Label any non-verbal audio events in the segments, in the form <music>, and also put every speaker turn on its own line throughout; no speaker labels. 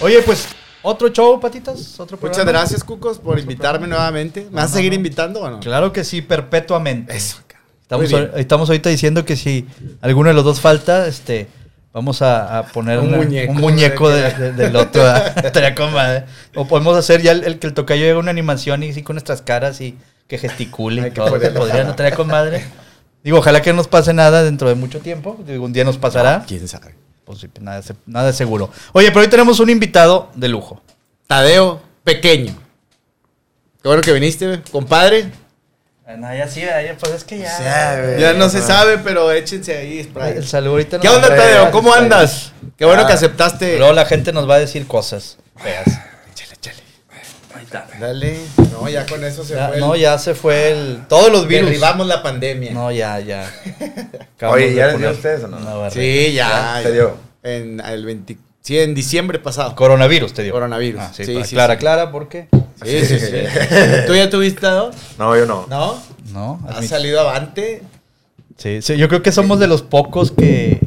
Oye, pues, otro show, patitas. ¿Otro
Muchas
programa?
gracias, Cucos, por invitarme nuevamente. ¿Me vas a seguir invitando o no?
Claro que sí, perpetuamente.
Eso, cabrón.
Estamos,
Muy bien.
ahor- estamos ahorita diciendo que si alguno de los dos falta, este, vamos a, a poner
Un
una-
muñeco,
un muñeco
de-
de- de- del otro. ¿verdad? <laughs> Estaría con madre. O podemos hacer ya el, el que el tocayo haga una animación y así con nuestras caras y que gesticule.
Hay
y
que
todo.
ponerlo.
Podría no estaría con madre. Digo, ojalá que no nos pase nada dentro de mucho tiempo. Digo, un día nos pasará.
¿Quién sabe?
Pues sí, nada, es- nada es seguro. Oye, pero hoy tenemos un invitado de lujo.
Tadeo Pequeño. Qué bueno que viniste, güey. compadre.
No, ya sí, ya, pues es que ya.
Ya no se sabe, pero échense ahí. spray.
El saludo ahorita
¿Qué
nos-
onda,
Hombre,
Tadeo? ¿Cómo
Tadeo.
andas? Qué bueno
Ah,
que aceptaste.
Luego la gente nos va a decir cosas feas.
Échale, échale. Dale. No, ya con eso se
Ya,
fue. el-
no, ya se fue el. Todos los virus.
Derribamos la pandemia.
No, ya, ya.
<laughs>
Oye, ¿ya les
poner
dio a ustedes o no?
una barra.
sí, ya.
Ya, se dio.
En el 20 sí, en diciembre pasado.
Coronavirus te dio.
Coronavirus.
Ah, sí,
Sí,
para-
sí,
Clara,
sí.
Clara, ¿por qué?
Sí,
<laughs>
sí, sí. ¿Tú ya tuviste dado?
No, yo no.
¿No?
No.
¿Has
admit-
salido avante?
Sí, sí, yo creo que somos de los pocos que.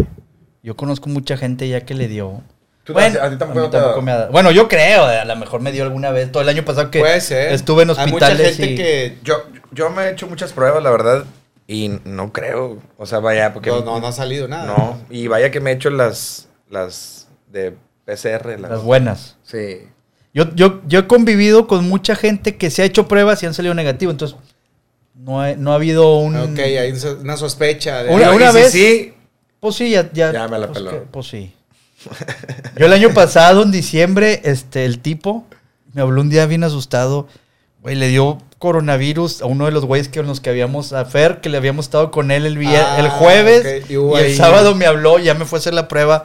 Yo conozco mucha gente ya que le dio.
Tú a ti tampoco
a mí
te ha dado.
me ha dado. Bueno, yo creo, a lo mejor me dio alguna vez. Todo el año pasado que
Puede ser.
estuve en hospitales.
Hay mucha gente
y-
que.
Yo, yo me he hecho muchas pruebas, la verdad, y no creo. O sea, vaya, porque.
No, no, no ha salido nada.
No, y vaya que me he hecho las, las de PCR. Las,
Las buenas.
Sí.
Yo, yo, yo he convivido con mucha gente que se ha hecho pruebas y han salido negativo. Entonces, no ha, no ha habido un.
Ah, Ok, hay un so- una sospecha. De...
Una-
Yo, y si
vez-
Sí,
Pues sí, ya. Ya,
Ya me la
pues
peló.
que- pues sí. Yo el año pasado, en diciembre, este, el tipo me habló un día bien asustado. Güey, le dio coronavirus a uno de los güeyes que los que habíamos, a Fer, que le habíamos estado con él el, vier-
Ah,
el jueves.
ok, y
Y,
hubo
el
ahí-
sábado me habló, ya me fue a hacer la prueba.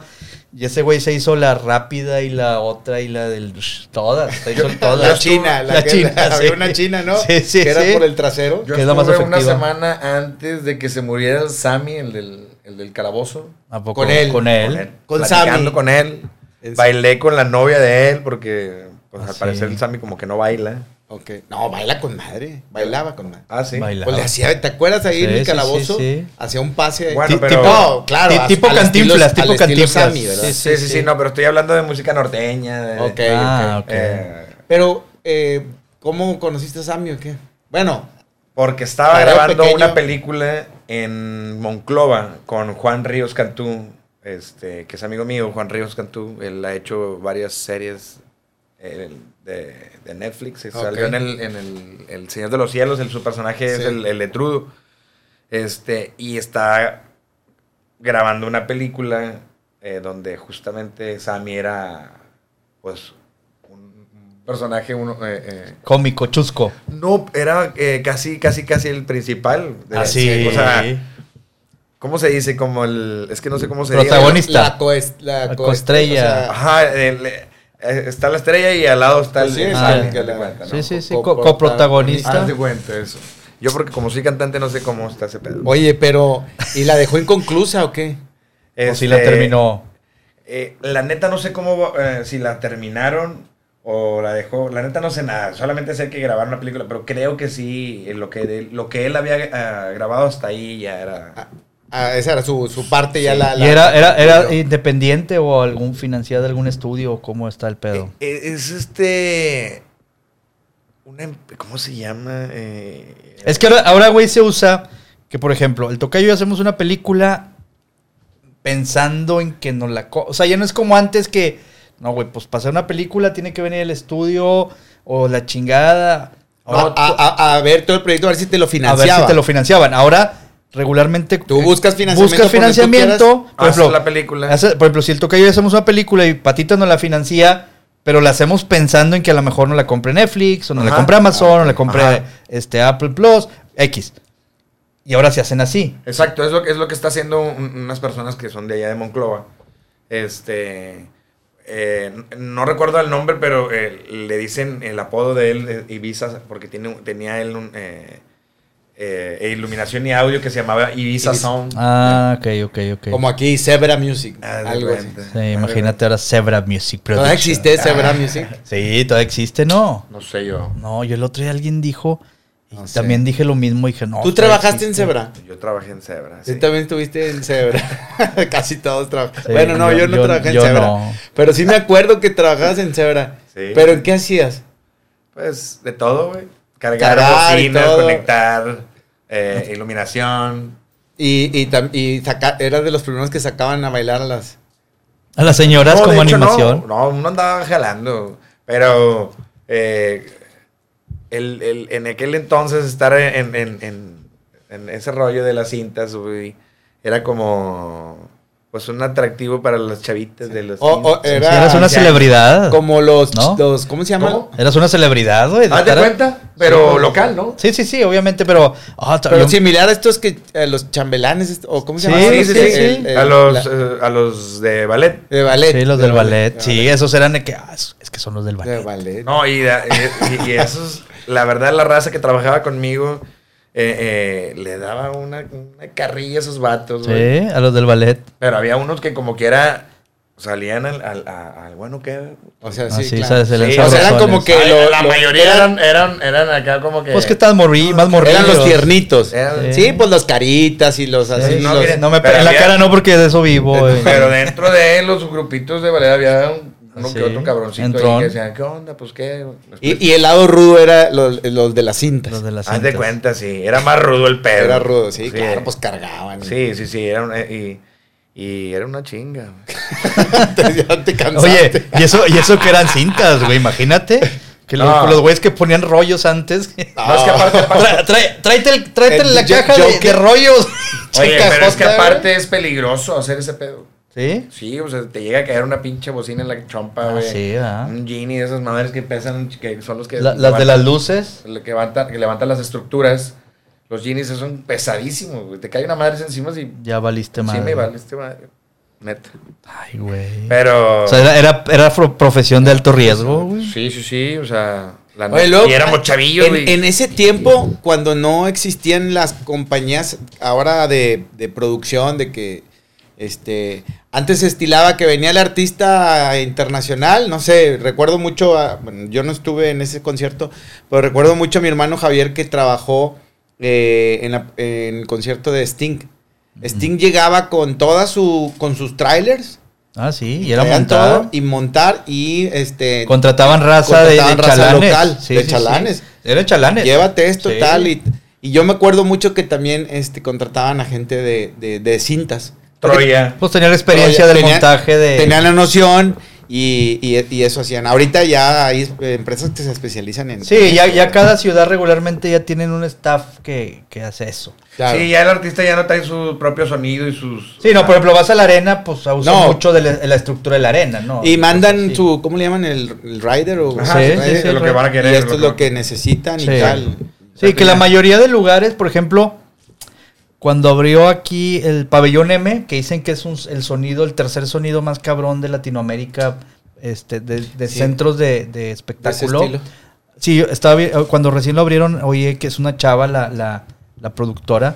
Y ese güey se hizo la rápida y la otra y la del... Todas, se
<laughs>
hizo todas.
La China, la, que-
china,
había
sí.
una China, ¿no?
Sí, sí,
Que era
sí.
por el trasero.
yo
Que es la más
estuve una
efectiva.
semana antes de que se muriera el Sammy, el del, el del calabozo.
¿A poco?
Con él.
Con él.
Con
platicando
Sammy.
con él.
Es-
Bailé con la novia de él porque pues,
Ah,
al
sí.
parecer el Sammy como que no baila.
Ok. No, baila con madre. Bailaba con madre.
Ah, sí.
Baila.
Pues le hacía, ¿te acuerdas ahí en
Sí,
el
sí,
calabozo?
sí, sí.
Hacía un pase.
Bueno,
Ti-
pero-
tipo,
No, claro,
ti-
a-
tipo
al
cantinflas,
estilo-
tipo
al estilo
cantinflas.
Sammy, ¿verdad?
Sí,
Sí, sí, sí, no, pero estoy hablando de música norteña. de-
Ok,
Ah, ok.
eh,
Pero, eh, ¿cómo conociste a Sammy o qué? Bueno,
porque estaba
Tadeo
grabando
Pequeño.
una película en Monclova con Juan Ríos Cantú, este, que es amigo mío, Juan Ríos Cantú. Él ha hecho varias series eh, de, de Netflix. se
Ok.
Salió en, el, en el, el Señor de los Cielos, el, su personaje
Sí.
es el, el Etrudo. Este, y está grabando una película eh, donde justamente Sammy era, pues, un un personaje, uno, eh, eh,
Cómico, chusco.
no, era eh, casi, casi, casi el principal. de la
Así.
serie. O sea, ¿cómo se dice? Como el. Es que no sé cómo se
Protagonista.
dice.
Está.
la, coest- la
La
coest-
coestrella.
Ajá, el- eh, está la estrella y al lado está
Pues sí,
el.
es
ah,
el
haz
que
de
la-
cuenta, ¿no?
sí, sí, sí,
co-
co- coprotagonista.
Haz de cuenta eso. Yo, porque como soy cantante, no sé cómo está ese pedo.
Oye, pero, ¿y la dejó inconclusa o qué?
O si
Este,
Pues la terminó.
eh, la neta, no sé cómo. eh, si la terminaron o la dejó. La neta, no sé nada. Solamente sé que grabaron la película, pero creo que sí. eh, Lo que, de- lo que él había eh, grabado hasta ahí ya era.
Ah, ah, esa era su, su parte ya la,
¿Y
la-
era, era,
yo-
era independiente o algún financiado de algún estudio o cómo está el pedo?
Eh, Es este. Una, em- ¿Cómo se llama? Eh,
Es que ahora, ahora, güey, se usa que, por ejemplo, el tocayo y yo hacemos una película pensando en que nos la... co- O sea, ya no es como antes que, no, güey, pues para hacer una película tiene que venir el estudio o la chingada.
No,
Ahora,
a, a- a ver todo el proyecto, a ver si te lo
a
financiaba.
ver si te lo financiaban. Ahora, regularmente...
Tú
eh,
buscas financiamiento
Buscas
por donde tú
financiamiento.
quieras.
Por
Haz
ejemplo,
Ah, la película.
Hace- por ejemplo, si el Tocayo y yo hacemos una película y Patita nos la financia, pero la hacemos pensando en que a lo mejor no la compre Netflix, o no la
Ajá.
compre Amazon, o la
Ajá.
compre
Ajá.
este, Apple Plus, X. Y ahora se hacen así.
Exacto, es lo, que- es lo que está haciendo un- unas personas que son de allá de Monclova. Este. eh, n- no recuerdo el nombre, pero eh, le dicen el apodo de él, eh, Ibiza, porque tiene, un- tenía él un, eh, eh, iluminación y audio que se llamaba Ibiza,
Ibiza.
Sound.
Ah, ok, ok, ok.
Como aquí, Zebra Music.
Haz Ah, de
algo así.
cuenta.
Sí, imagínate ahora Zebra Music Production.
¿Todavía existe Zebra Music?
Sí, todavía existe, ¿no?
No sé yo.
No, yo el otro día alguien dijo, Y
No sé.
también dije lo mismo, dije, Ah, no.
¿Tú
otra
trabajaste en
existe.
Zebra?
Yo trabajé en Zebra.
Sí,
sí.
también estuviste en Zebra. <laughs> Casi todos trabajan.
Sí,
bueno, no, yo, no trabajé en
yo
Zebra.
no.
Pero sí me acuerdo que trabajabas en Zebra.
Sí.
¿Pero en qué hacías?
Pues de todo, güey. Cargar
Cargar y
bocinas,
todo.
conectar, eh, iluminación.
Y, y, tam- y saca- eras de los primeros que sacaban a bailar a las...
A las señoras
No, de
como
hecho,
animación.
No, no, uno andaba jalando. Pero eh, el- el- en aquel entonces estar en, en- en- en ese rollo de las cintas, güey, era como pues un atractivo para las chavitas de los.
O- o
Sí,
era-
eras una
o sea,
celebridad.
Como los,
Ah. ¿No?
los... ¿Cómo se llama?
¿Cómo?
Eras una celebridad, güey. de
Haz de
eh, estar-
cuenta, pero local, ¿no?
Sí, sí, sí, obviamente, pero. ah, ta-
Pero
yo-
similar a estos que... a los chambelanes, est- o ¿cómo se
Sí,
llama?
sí, sí, sí.
a, los,
la-
eh, a los de ballet.
de ballet.
Sí, los del
De
ballet.
de
Sí, esos eran de que. ah, es es que son los del
ballet.
ballet.
De ballet.
No, y, da- y, y- y eso es- la verdad, la raza que trabajaba conmigo eh, eh, le daba una, una carrilla a esos vatos, güey.
Sí, a los del ballet.
Pero había unos que como quiera salían al, al- a- al bueno que...
O sea, sí,
Así,
claro.
¿sabes? Se
Sí,
lanzaban
o sea,
eran
rosones.
como que- lo-
la
lo-
mayoría eran, eran, eran acá como que...
Pues que estaban morri, más morridos.
Eran los tiernitos.
Eran-
Sí, pues las caritas y los así.
Sí,
no,
los-
mira,
No me
Pero
pe- en la
había-
cara no, porque de eso vivo, güey.
Pero dentro de los grupitos de ballet había un- uno
Sí,
que otro cabroncito ahí
entrón.
que decían, ¿qué onda? Pues qué...
y, y el lado rudo era los, los de las cintas.
Los de las
Haz de
cintas.
cuenta, sí. Era más rudo el pedo.
Era rudo, sí, claro, pues cargaban.
Sí, sí, sí. Era una- y, y era una chinga. güey.
<laughs> Entonces ya te cansaste.
Oye, y eso, y eso que eran cintas, güey, imagínate. Que los-
No.
los güeyes que ponían rollos antes.
No, es que aparte-
Tra- trae- tráete el- tráete
El
la
jo-
caja de,
Joker.
de rollos.
Oye,
Chica
pero es que
Jota,
aparte es peligroso hacer ese pedo.
güey. ¿Sí?
Sí, o sea, te llega a caer una pinche bocina en la chompa,
Ah,
güey.
sí, ¿verdad?
Un genie de esas madres que pesan, que son los que.
La- las de las luces.
las. Que levantan, que levantan las estructuras. Los jeans esos son pesadísimos, güey. Te cae una madre encima y.
Ya valiste
Sí,
Este madre.
me vale este madre. Neta.
Ay, güey.
Pero.
O sea, era, era, era fro- profesión de alto riesgo, güey.
sí, sí, sí. O sea. La
Oye,
neta.
luego-
y éramos chavillos,
en,
güey.
en ese tiempo, cuando no existían las compañías ahora de, de producción, de que este antes se estilaba que venía el artista internacional, no sé, recuerdo mucho, a- bueno, yo no estuve en ese concierto, pero recuerdo mucho a mi hermano Javier que trabajó eh, en, la- en el concierto de Sting. Sting llegaba con toda su, con sus trailers,
Ah, sí, y era
traían
montada.
todo y montar y este
Contrataban raza de,
Contrataban
de
raza
chalanes.
local, de chalanes.
Eran chalanes.
Llévate esto,
Sí.
tal. Y, y yo me acuerdo mucho que también este, contrataban a gente de, de- de cintas.
Troya.
Pues tenían la experiencia
Pero ya
del
tenían-
montaje
eh.
de.
Tenían la noción y, y- y eso hacían. Ahorita ya hay eh, empresas que se especializan en.
Sí, ya, ya cada ciudad regularmente ya tienen un staff que, que hace eso.
Claro.
Sí, ya el artista ya no trae su propio sonido y sus.
Sí, no, por ejemplo, vas a la arena, pues usa
Ah. No.
mucho de la, de la estructura de la arena, ¿no?
Y mandan
Sí.
su. ¿Cómo le llaman? El, el rider o.
Ajá,
Sí,
el
sí,
rider.
sí,
lo que van a querer.
Y esto es lo
que-
que necesitan
Sí.
y tal.
Sí, que la mayoría de lugares, por ejemplo, cuando abrió aquí el pabellón M, que dicen que es un- el sonido, el tercer sonido más cabrón de Latinoamérica, este, de, de
Sí.
centros de, de
De ese
espectáculo.
estilo.
Sí, yo estaba vi- cuando recién lo abrieron, oye que es una chava, la, la, la productora,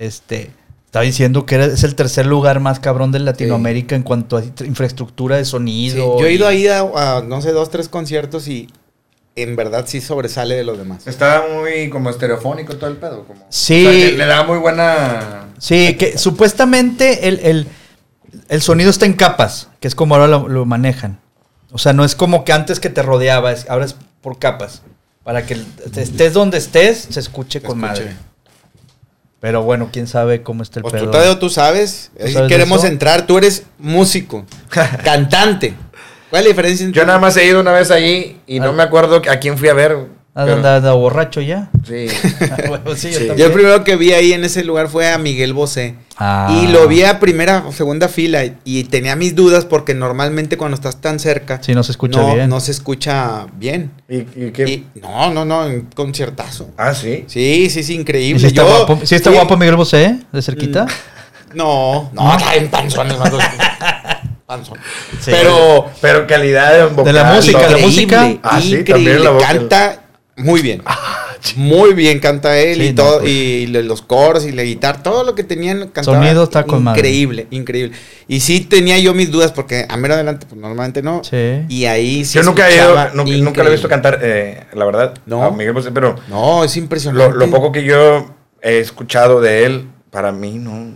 este, estaba diciendo que era- es el tercer lugar más cabrón de Latinoamérica en cuanto a tr- infraestructura de
Sí,
sonido.
Yo he ido
y-
ahí a, a, no sé, dos, tres conciertos y en verdad sí sobresale de los demás.
Estaba muy como estereofónico todo el pedo. Como,
Sí.
O sea, le, le daba muy buena.
Sí, que supuestamente el, el- el sonido está en capas, que es como ahora lo, lo manejan. O sea, no es como que antes que te rodeaba, es- ahora es por capas. Para que el- estés donde estés, se escuche con
Escuche.
madre. Pero bueno, quién sabe cómo está el
Pues
pedo.
tú, Tadeo, tú sabes. Ahí
sabes de
queremos
eso?
entrar. Tú eres
<laughs>
músico, cantante. ¿Cuál es la diferencia entre
Yo nada más he ido una vez ahí y no
Al-
me acuerdo a quién fui a ver.
¿Has
pero-
andado borracho
<laughs>
ya? <laughs>
Sí.
Ah, bueno, sí, yo
Sí.
Yo
también.
el primero que vi ahí en ese lugar fue a Miguel Bosé.
Ah.
Y lo vi a primera o segunda fila y- y tenía mis dudas porque normalmente cuando estás tan cerca
Sí, no se escucha
no,
bien.
no se escucha bien.
¿Y, y qué?
Y- no, no, no, un conciertazo.
Ah, sí.
Sí, sí, sí,
¿Y
increíble.
si está,
Yo Mm,
guapo, sí está
fui-
guapo Miguel Bosé, de cerquita?
No,
¿No?
no, está en panzones. más <laughs> los- Panzón.
Sí.
Pero
Oh, Pero calidad de, vocal,
De la música,
todo.
la música.
Increíble,
Ah, sí,
increíble.
también la voz.
Canta muy bien. Muy bien canta él
Sí,
y
no,
todo,
pues.
y le- los coros y la guitarra, todo lo que tenían cantaba.
Sonido está con madre.
Increíble, increíble. Y sí tenía yo mis dudas porque a mero adelante, pues normalmente no.
Sí.
Y ahí sí.
Yo nunca he ido,
escuchaba
nu- nunca, lo he visto
increíble.
cantar, eh, la verdad.
No.
a Miguel Bosé, pero
No, es
lo,
impresionante.
lo poco que yo he escuchado de él, para mí no.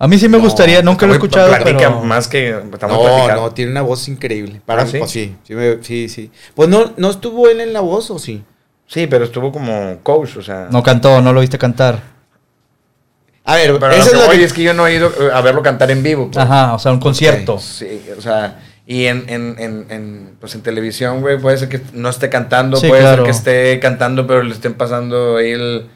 A mí sí me
No,
gustaría, nunca lo he
Está muy-
escuchado,
platica
pero...
más que estamos
No,
platicando.
no, tiene una voz increíble. Para
¿Ah,
mí,
sí?
pues, sí, sí, me- sí, sí. Pues no, no estuvo él en la voz o sí.
Sí, pero estuvo como coach, o sea.
No cantó, no lo viste cantar.
A ver,
pero
eso
lo que
es lo
voy
que-
es que yo no he ido eh, a verlo cantar en vivo. pues.
Ajá, o sea, un concierto.
Sí, o sea, y en, en, en, en, pues en televisión, güey, puede ser que no esté cantando,
Sí,
puede
claro.
ser que esté cantando, pero le estén pasando ahí el,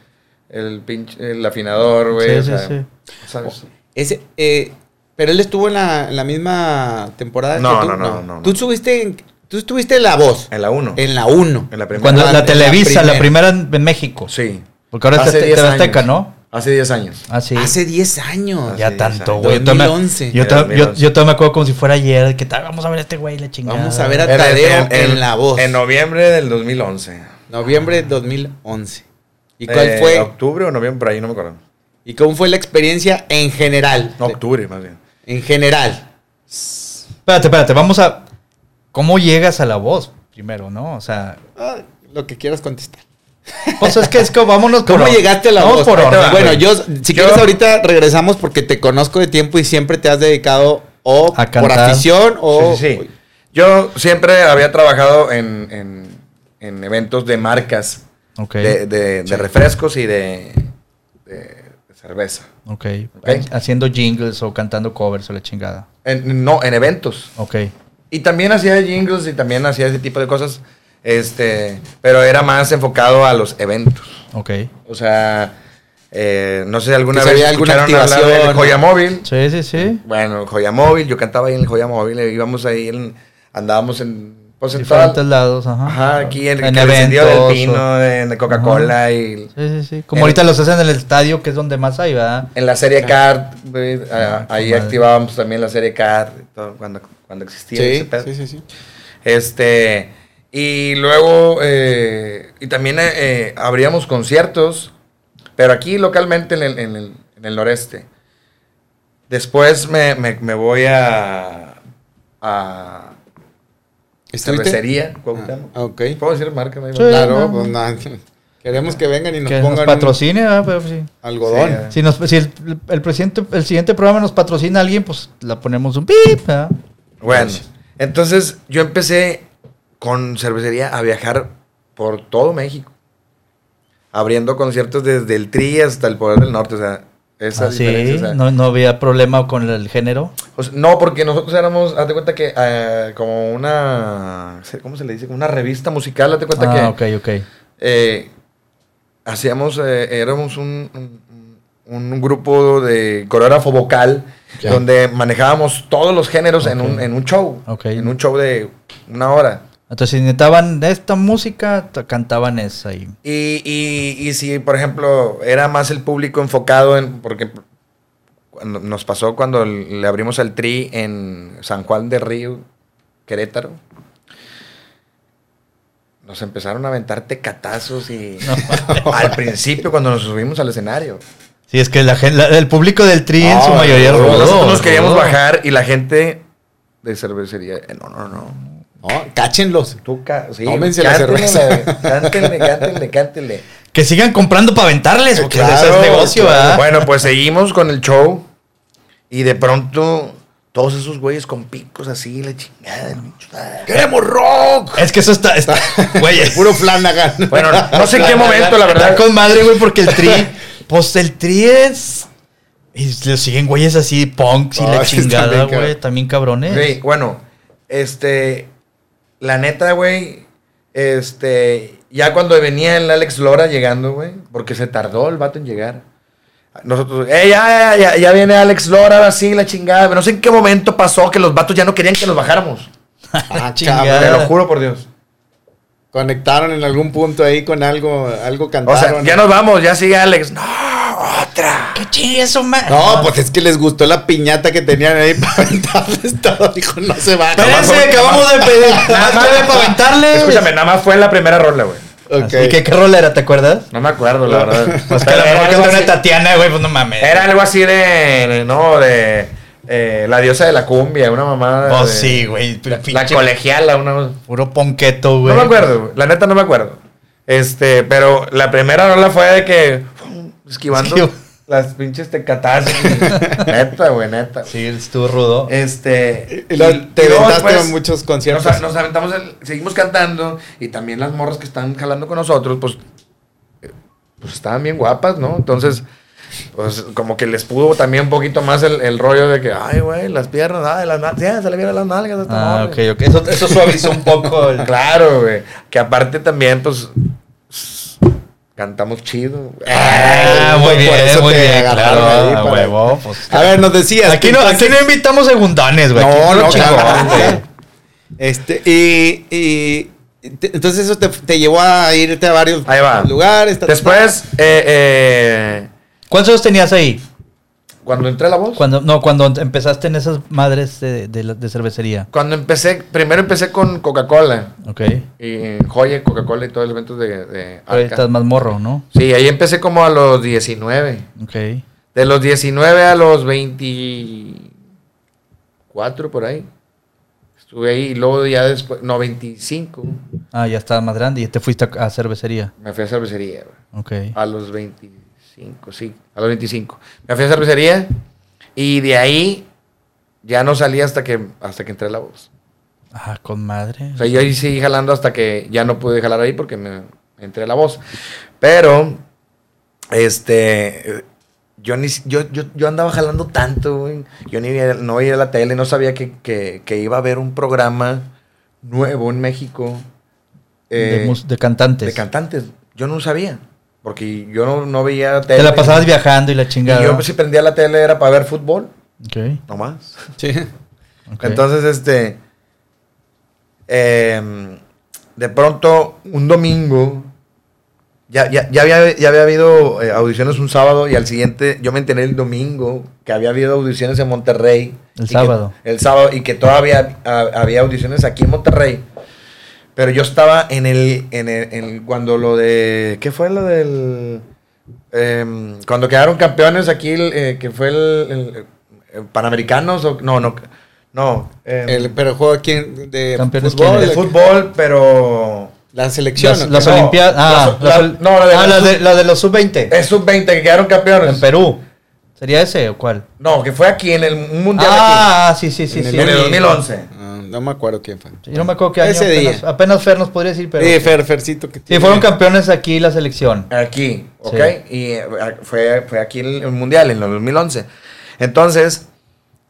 el pinche, el afinador, güey.
Sí,
o
sí,
sea,
sí.
¿sabes?
Ese, eh, pero él estuvo en la, en la misma temporada
No,
que tú.
no, no, no, no.
Tú estuviste en, tú estuviste en la voz,
En la 1.
en la 1.
En la primera.
Cuando la,
La- la
Televisa, la primera, en en México.
Sí.
Porque ahora
Hace
está
10
TV
años.
Azteca, ¿no?
Hace 10 años.
Ah, sí.
Hace 10 años.
ya
sí,
tanto,
exacto.
güey. Yo todavía-
2011.
Yo, todavía- yo,
2011.
yo todavía me acuerdo como si fuera ayer. Que tal, vamos a ver a este güey, la chingada.
Vamos a ver a
Era
Tadeo en, la voz.
En noviembre del 2011.
noviembre de 2011. ¿Y cuál
Eh,
fue?
¿Octubre o noviembre? Por ahí no me acuerdo.
¿Y cómo fue la experiencia en general?
No, octubre, más bien.
En general.
Espérate, espérate, vamos a. ¿Cómo llegas a la voz primero, no? O sea.
Ah, lo que quieras contestar.
Pues es que es que vámonos
¿Cómo
por or-
llegaste a la
vamos
voz?
por orden,
bueno,
güey.
yo, si
Yo-
quieres ahorita regresamos porque te conozco de tiempo y siempre te has dedicado o
A
por
cantar.
afición o...
Sí, sí, sí. Yo siempre había trabajado en, en- en eventos de marcas,
Ok.
de, de- de
Sí.
refrescos y de, de- de cerveza.
ok.
Ok.
Haciendo jingles o cantando covers o la chingada.
En- no, en eventos.
Ok.
Y también hacía jingles y también hacía ese tipo de cosas, este, pero era más enfocado a los eventos.
Ok.
O sea, eh, no sé si alguna
Que se
vez
había alguna
escucharon hablar de
activación,
Joya
¿no?
Móvil.
Sí, sí, sí.
Bueno, Joya Móvil, yo cantaba ahí en el Joya Móvil, eh, íbamos ahí, en- andábamos en... Pues en todas-
Diferentes lados, ajá.
Ajá, aquí en, en
eventos,
del Pino, de, de Coca-Cola y
o- Sí, sí, sí. Como
en-
ahorita los hacen en el estadio, que es donde más hay, ¿verdad?
en la serie CART, güey, a-
con
ahí
madre.
activábamos también la serie CART, y todo, cuando, cuando existía ese
Sí,
pedo.
sí, sí, sí.
Este, y luego, eh, y también eh, eh, abríamos conciertos, pero aquí localmente en el, en el- en el noreste. Después me, me- me voy a... a
¿Estuviste?
cervecería, Cuauhtémoc.
Ah, ok.
¿Puedo decir marca? No hay
Sí.
bronca.
Claro,
no,
pues nada. <laughs> Queremos que vengan y nos
que nos
pongan un
patrocine, ¿verdad? Pero sí.
Sí,
algodón.
eh.
Si, nos, si el, el presidente, el siguiente programa nos patrocina a alguien, pues la ponemos un pip. ¿verdad?
Bueno,
Sí.
entonces yo empecé con cervecería a viajar por todo México, abriendo conciertos desde el Tri hasta el Poder del Norte, o sea, esa
Ah, sí,
diferencia. o sea,
no, no había problema con el género.
o sea, no, porque nosotros éramos, haz de cuenta que eh, como una, ¿cómo se le dice? Como Una revista musical, haz de cuenta que
Ah, ok, ok.
eh, hacíamos, eh, éramos un, un- un grupo de coreógrafo vocal
Ya.
donde manejábamos todos los géneros en,
Ok.
un, en un show,
Ok.
en un show de una hora.
Entonces, si necesitaban esta música, t- cantaban esa ahí.
Y, y- y si, por ejemplo, era más el público enfocado en. Porque cuando- nos pasó cuando le abrimos al tri en San Juan de Río, Querétaro. Nos empezaron a aventar tecatazos y. <laughs> al principio, cuando nos subimos al escenario.
Sí, es que la, gen- la- el público del Tri en su
Ah,
mayoría
no,
rodó.
Nosotros nos queríamos
rodó.
bajar y la gente de cervecería. eh, No, no, no.
No, cáchenlos.
Tú, ca- sí,
Tómense la
cántenle,
cerveza.
Cántenle, cántenle, cántenle.
Que sigan comprando para aventarles, porque
Claro,
ese es negocio,
claro.
¿verdad?
Bueno, pues seguimos con el show. Y de pronto, todos esos güeyes con picos así, la chingada. ¡Queremos rock!
Es que eso está. está
<laughs>
güey, es-
Puro Flanagan.
Bueno, no sé en qué momento,
Está
la verdad.
con madre, güey, porque
<laughs>
el tri. pues el tri es. Y lo siguen güeyes así, punks y
Ah,
la
están bien
chingada, güey.
cabrón.
También cabrones.
Sí, bueno, este. La neta, güey. Este. Ya cuando venía el Alex Lora llegando, güey. Porque se tardó el vato en llegar. Nosotros, "Eh, ya, ya, ya, ya viene Alex Lora, ahora sí, la chingada. No sé en qué momento pasó que los vatos ya no querían que nos bajáramos.
Ah,
Chingada.
cabrón.
Te lo juro por Dios.
Conectaron en algún punto ahí con algo, algo
O
cantaron.
sea, ya nos vamos, ya sigue Alex. No, otra.
¿Qué chingue eso, man?
No, pues es que les gustó la piñata que tenían ahí <laughs> para aventarles todo. Dijo, no se va.
Espérense,
Nomás- <laughs>
acabamos de pedir. Nada más de para aventarles. <laughs>
Escúchame, nada más fue en la primera rola, güey.
Ok.
¿Y qué, qué rola era? ¿Te
<laughs>
acuerdas?
No me acuerdo,
<laughs>
la verdad.
Pues que
Pero
la
era
verdad que
algo
era
así-
una Tatiana, güey, pues no mames.
Era algo así de, de- no, de eh, la diosa de la cumbia, una mamada.
Pues
de-
sí, güey.
La, la
pinche-
colegiala, una.
Puro ponqueto, güey.
No me acuerdo, güey, la neta no me acuerdo. Este, pero la primera rola fue de que pum, esquivando
Esquivo.
las pinches tecatas.
<laughs>
neta, güey, neta.
Sí, estuvo rudo.
Este,
Y luego te
luego,
aventaste
pues,
a muchos
nos,
conciertos.
a- nos aventamos, el- seguimos cantando y también las morras que están jalando con nosotros, pues, eh, pues estaban bien guapas, ¿no? Entonces, pues como que les pudo también un poquito más el, el rollo de que, ay, güey, las piernas, ay, las nalgas, ya, se le vieron las nalgas a esta
Ah,
morra".
ok, ok. Eso, eso suavizó un poco el.
Claro, güey. Que aparte también, pues, s- cantamos chido. güey.
Ah, muy
Por eso
bien, muy
te
bien,
agarraron
claro.
ahí
a
para-
huevo, pues.
A ver, nos decías.
Aquí
que
no,
entonces-
aquí no invitamos segundones, güey. Aquí
No,
puro
no,
chingón,
claro.
güey.
Este, y, y te- entonces eso te, te llevó a irte a varios
Ahí va.
lugares. ta, ta, ta.
Después, eh, eh,
¿Cuántos años tenías ahí?
cuando entré a la voz,
Cuando, no, cuando empezaste en esas madres de, de la- de cervecería.
cuando empecé, primero empecé con Coca-Cola.
Ok.
Y Joye, Coca-Cola y todos los eventos de, de
Pero ahí
Arca.
estás más morro, ¿no?
Sí, ahí empecé como a los 19.
Ok.
De los 19 a los 24 por ahí. Estuve ahí y luego ya después, no, 25.
Ah, ya estabas más grande y te fuiste a, a cervecería.
Me fui a cervecería. güey.
Ok.
A los 25, sí, a los 25. Me fui a cervecería y de ahí ya no salí hasta que, hasta que entré a la voz.
Ah, con madre.
O sea, yo ahí seguí jalando hasta que ya no pude jalar ahí porque me entré a la voz. Pero, este, eh, yo, ni, si- yo, yo, yo andaba jalando tanto, güey. Yo ni veía- no veía la tele, no sabía que, que- que iba a haber un programa nuevo en México.
de,
eh,
mus- de cantantes.
de cantantes. Yo no sabía. Porque yo no, no veía tele.
Te la pasabas viajando y pues, la
Y
chingada.
yo si prendía la tele era para ver fútbol,
Ok,
nomás.
Sí.
ok.
Entonces, este. em, de pronto, un domingo. Ya, ya, ya había, ya había habido eh, audiciones un sábado y al siguiente yo me enteré el domingo que había habido audiciones en Monterrey.
El
Y que-
sábado.
el sábado y que todavía ah, había audiciones aquí en Monterrey. Pero yo estaba en el, en el- en el- cuando lo de, ¿qué fue lo del? em, cuando quedaron campeones aquí, el, eh, que fue el, el- el Panamericanos, o, no, no, no, em,
El, pero juego aquí en- de
Campeones,
fútbol,
¿quién
de
la-
fútbol, pero
la selección.
Las, las
¿o qué?
no,
Olimpiadas. Ah,
las-
las-
la- no, la de
ah,
las
las
sub-
de, la de los sub-20.
es sub-20 que quedaron campeones.
En Perú. ¿Sería ese o cuál?
No, que fue aquí en el mundial aquí,
Ah, ah, sí, sí, sí.
En
sí.
el-
en el 2011.
Ah, no me acuerdo quién fue.
Sí, no me acuerdo qué año.
Ese
apenas,
día.
apenas Fer nos podría decir, pero.
sí,
Sí,
Fer, Fercito que tiene-
fueron campeones aquí la selección.
Aquí, ¿ok?
Sí.
Y eh, fue, fue aquí el, el Mundial, en el 2011. Entonces,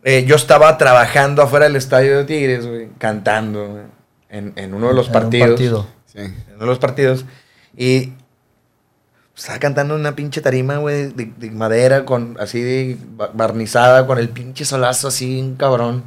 eh, yo estaba trabajando afuera del estadio de Tigres, güey, cantando güey, en, en uno de los
En un
partidos.
partido.
Sí.
En uno de los partidos. Y estaba cantando en una pinche tarima, güey, de, de madera, con, así de ba- barnizada, con el pinche solazo así, un cabrón.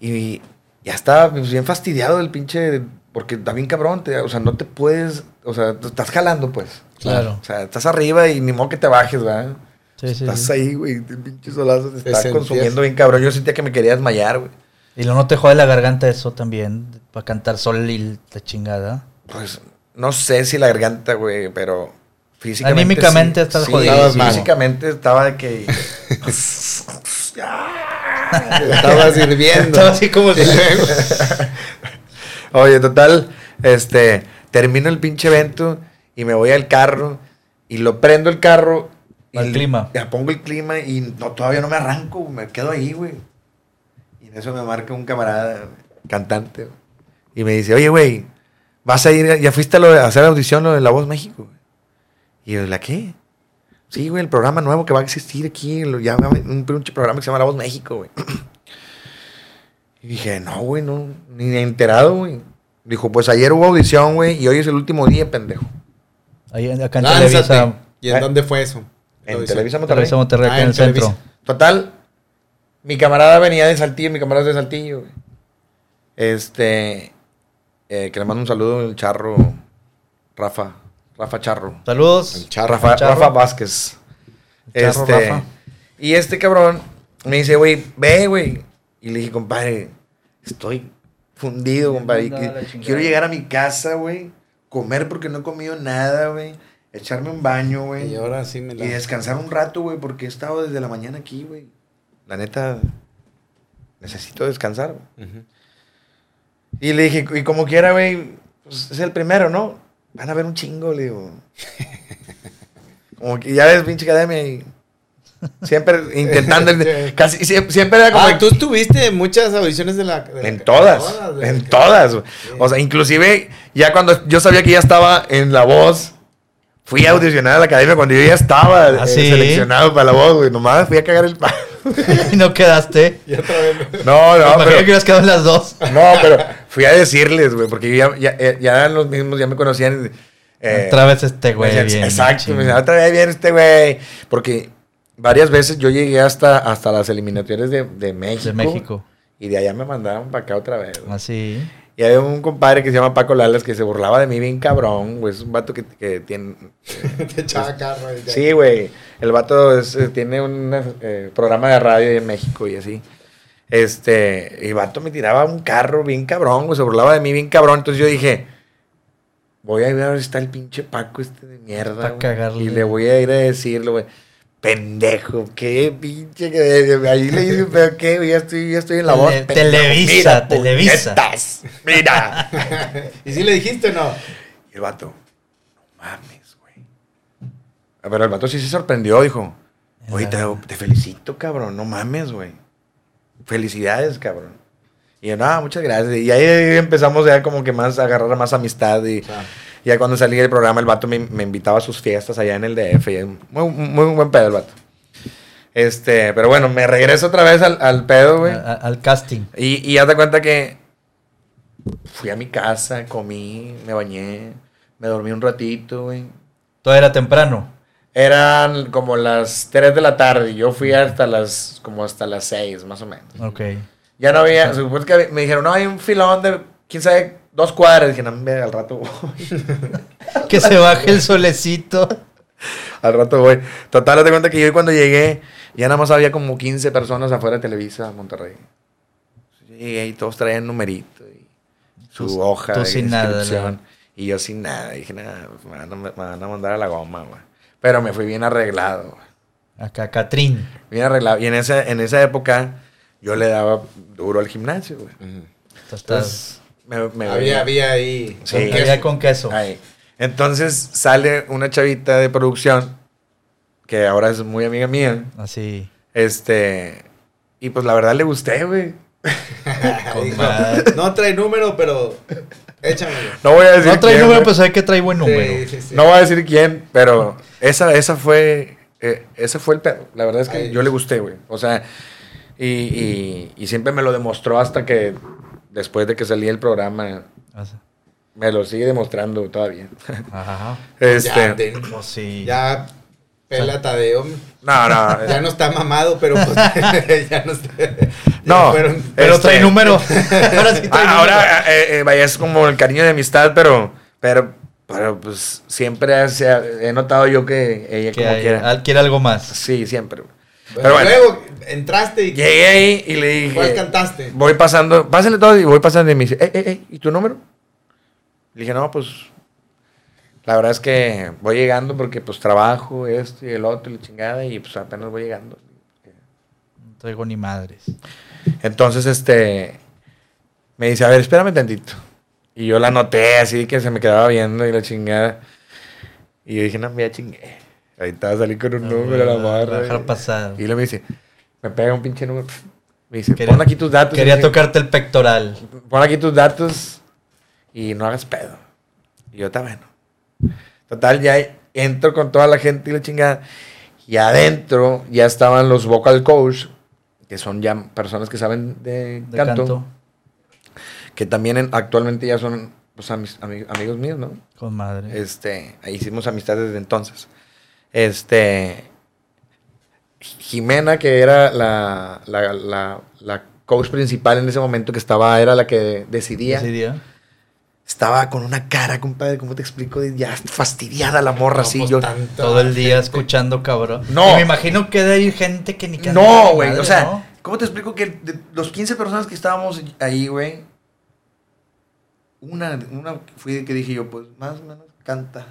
Y ya estaba pues, bien fastidiado el pinche. Porque está bien cabrón, te- o sea, no te puedes. O sea, te estás jalando, pues.
Claro.
O sea, estás arriba y ni modo que te bajes, ¿verdad?
Sí, sí,
estás
sí.
ahí, güey, el pinche solazo te,
Te
está
sentías-
consumiendo bien cabrón. Yo sentía que me quería desmayar, güey.
Y luego no te jode la garganta eso también. Para cantar sol y la chingada.
Pues no sé si la garganta, güey, pero físicamente.
Anímicamente
sí,
estás
sí,
jodido.
Estabas mal.
Físicamente estaba de <laughs> que.
Estaba
<laughs>
sirviendo.
Estaba así como.
Oye, total, este, termino el pinche evento y me voy al carro y lo prendo el carro. y
Al
le-
clima.
Ya pongo el clima y no, todavía no me arranco, güey, me quedo ahí, güey. Y en eso me marca un camarada güey, cantante güey, y me dice, oye, güey, vas a ir, ya fuiste a, lo de- a hacer audición lo de La Voz México. güey?" Y yo, ¿la qué? Sí, güey, el programa nuevo que va a existir aquí, lo- ya va a- un pinche programa que se llama La Voz México, güey. Y dije, no, güey, no, ni me he enterado, güey. Dijo, pues ayer hubo audición, güey, y hoy es el último día, pendejo.
Ahí en- acá en
Lánzate.
Televisa.
¿Y en
Eh,
dónde fue eso? Lo
En
hizo.
Televisa Monterrey.
Televisa Monterrey, acá
Ah,
en
en
el centro.
Televisa.
Total, mi camarada venía de Saltillo, mi camarada es de Saltillo, güey. Este, eh, que le mando un saludo el charro, Rafa, Rafa Charro.
Saludos.
Charro.
Rafa,
Charro.
Rafa Vázquez.
El charro
este,
Rafa. <laughs>
Y este cabrón me dice, güey, ve, güey. Y le dije, compadre, estoy fundido, compadre. y
Nada,
que-
la chingada.
quiero llegar a mi casa, güey, comer porque no he comido nada, güey. Echarme un baño, güey.
Y ahora sí me la.
Y descansar un rato, güey, porque he estado desde la mañana aquí, güey. La neta, necesito descansar, güey.
Ujú.
Y le dije, y como quiera, güey, pues, es el primero, ¿no? Van a ver un chingo,
<laughs>
le digo. Como que ya ves, pinche academia, y siempre
<laughs>
intentando,
Sí.
casi siempre, siempre era como...
Ah, tú estuviste en muchas audiciones de la. de la-
En todas,
de-
en todas. güey. O sea, inclusive ya cuando yo sabía que ya estaba en La Voz, fui a audicionar a la academia cuando yo ya estaba
Ah,
eh,
¿sí?
seleccionado para La Voz, güey. Nomás fui a cagar el... pa-
Y no quedaste.
Y otra vez.
<laughs> no, no,
Imagino
pero...
que hubieras quedado en las dos.
No, pero fui a decirles, güey, porque yo ya, ya, eh, ya eran los mismos, ya me conocían. eh,
Otra vez este
me
güey.
decían,
bien
exacto,
chingo.
me decían, otra vez viene este güey. Porque varias veces yo llegué hasta, hasta las eliminatorias de, de México.
De México. Ah,
Y de allá me mandaron para acá otra vez. güey.
Así.
Y había un compadre que se llama Paco Lalas que se burlaba de mí bien cabrón, güey. Es un vato que, que tiene...
<laughs> Te echaba carro. y ya.
Pues, Sí, güey. El vato es- eh, tiene un eh, programa de radio en México y así. Este, y vato me tiraba un carro bien cabrón, güey, se burlaba de mí bien cabrón. Entonces yo dije, voy a ir a ver si está el pinche Paco este de mierda.
Pa'
güey,
cagarle.
Y le voy a ir a decirlo, güey. Pendejo, qué pinche. que- Ahí le dice, pero qué, güey, ya estoy, ya estoy en la
Tele-
voz. pendejo,
Televisa, Televisa.
puñetas, Mira.
<laughs> ¿Y si le dijiste o no?
Y el vato, no mames, güey. Ah, Pero el vato sí se sorprendió, dijo. Oye, te, te felicito, cabrón, no mames, güey. Felicidades, cabrón. Y yo, no, muchas gracias. Y ahí empezamos ya como que más a agarrar más amistad. Y ya cuando salí del programa, el vato me, me invitaba a sus fiestas allá en el DF. y muy, muy buen pedo el vato. Este, pero bueno, me regreso otra vez al, al pedo, güey.
A- a- al casting.
Y, y hazte cuenta que fui a mi casa, comí, me bañé, me dormí un ratito, güey.
Todo era temprano.
Eran como las 3 de la tarde y yo fui hasta las, como hasta las 6, más o menos. <laughs>
Ok.
Ya no había, supuesto que me dijeron, no, hay un filón de, quién sabe, dos cuadras. Dije, no, hombre, al rato voy.
Que se baje
<laughs>
el solecito.
al rato voy. Total, hazte cuenta que yo cuando llegué, ya nada más había como 15 personas afuera de Televisa, Monterrey. Llegué y todos traían numerito y su
Tú-
hoja
tú
de
sin nada,
inscripción.
¿no?
Y yo sin nada. Dije, nada, me van a, me van a mandar a la goma, güey. Pero me fui bien arreglado, güey.
Acá, Catrín.
Bien arreglado. Y en esa, en esa época yo le daba duro al gimnasio, güey.
Tú estás-
Entonces, me, me
Había,
veía-
había ahí.
Pues, Sí.
Con
Había
queso. <laughs>
con queso.
Ahí. Entonces sale una chavita de producción, que ahora es muy amiga mía.
Así.
Este. Y pues la verdad le gusté, güey.
Con
Dijo,
madre.
no trae número, pero échamelo.
No voy a decir
No trae
quién.
número,
güey.
pues hay que trae buen
Sí,
número.
sí, sí.
No voy a decir quién, pero esa, esa fue. eh, ese fue el pedo. La verdad es que
Ahí.
yo le gusté, güey. O sea, y, y- y siempre me lo demostró hasta que después de que salí el programa,
Así.
me lo sigue demostrando todavía.
Ajá.
Ya,
Este.
de-
No, sí.
ya pela Tadeo.
No, no.
<laughs>
eh,
Ya no está mamado, pero <laughs> pues, ya no está. ya
No,
fueron-
Pero
este-
trae
<laughs>
número. Ahora sí trae
Ah,
número.
ahora eh, eh, vaya, es como el cariño de amistad, pero, pero, pero pues siempre se ha- he notado yo que ella
Que
como
hay-
quiera.
al- quiere algo más.
Sí, siempre. güey.
Pero
Pero bueno,
luego entraste y
llegué ahí y le
¿cuál
dije,
cantaste?
voy pasando, pásenle todo y voy pasando y me dice, "Ey, ey, ey, ¿y tu número? Le dije, no, pues, la verdad es que voy llegando porque pues trabajo, esto y el otro y la chingada y pues apenas voy llegando.
No traigo ni madres.
Entonces, este, me dice, a ver, espérame tantito. Y yo la noté así que se me quedaba viendo y la chingada. Y yo dije, no, mira, chingué. Ahí estaba salir con un número a la
Voy a
barra.
Dejar pasar.
Y luego me dice, me pega un pinche número. pf. Me dice,
Quería-
pon aquí tus datos.
Quería
Me dice,
tocarte el pectoral.
Pon aquí tus datos y no hagas pedo. Y yo, está bueno. Total, ya entro con toda la gente y la chingada. Y adentro ya estaban los vocal coach, que son ya personas que saben de,
De
canto,
canto.
que también en- actualmente ya son pues, amis- ami- amigos míos, ¿no?
Con madre.
Este, ahí hicimos amistad desde entonces. Este, Jimena, que era la, la, la- la coach principal en ese momento que estaba, era la que decidía.
Ese día.
Estaba con una cara, compadre, ¿cómo te explico? De Ya fastidiada la morra,
No,
así
pues,
yo.
tanta
Todo el día
gente.
escuchando, cabrón.
No.
Y me imagino que de ahí gente que ni canta
No,
ni
güey,
madre,
o sea,
¿no?
¿cómo te explico que de los 15 personas que estábamos ahí, güey, una, una fui que dije yo, pues más o menos canta.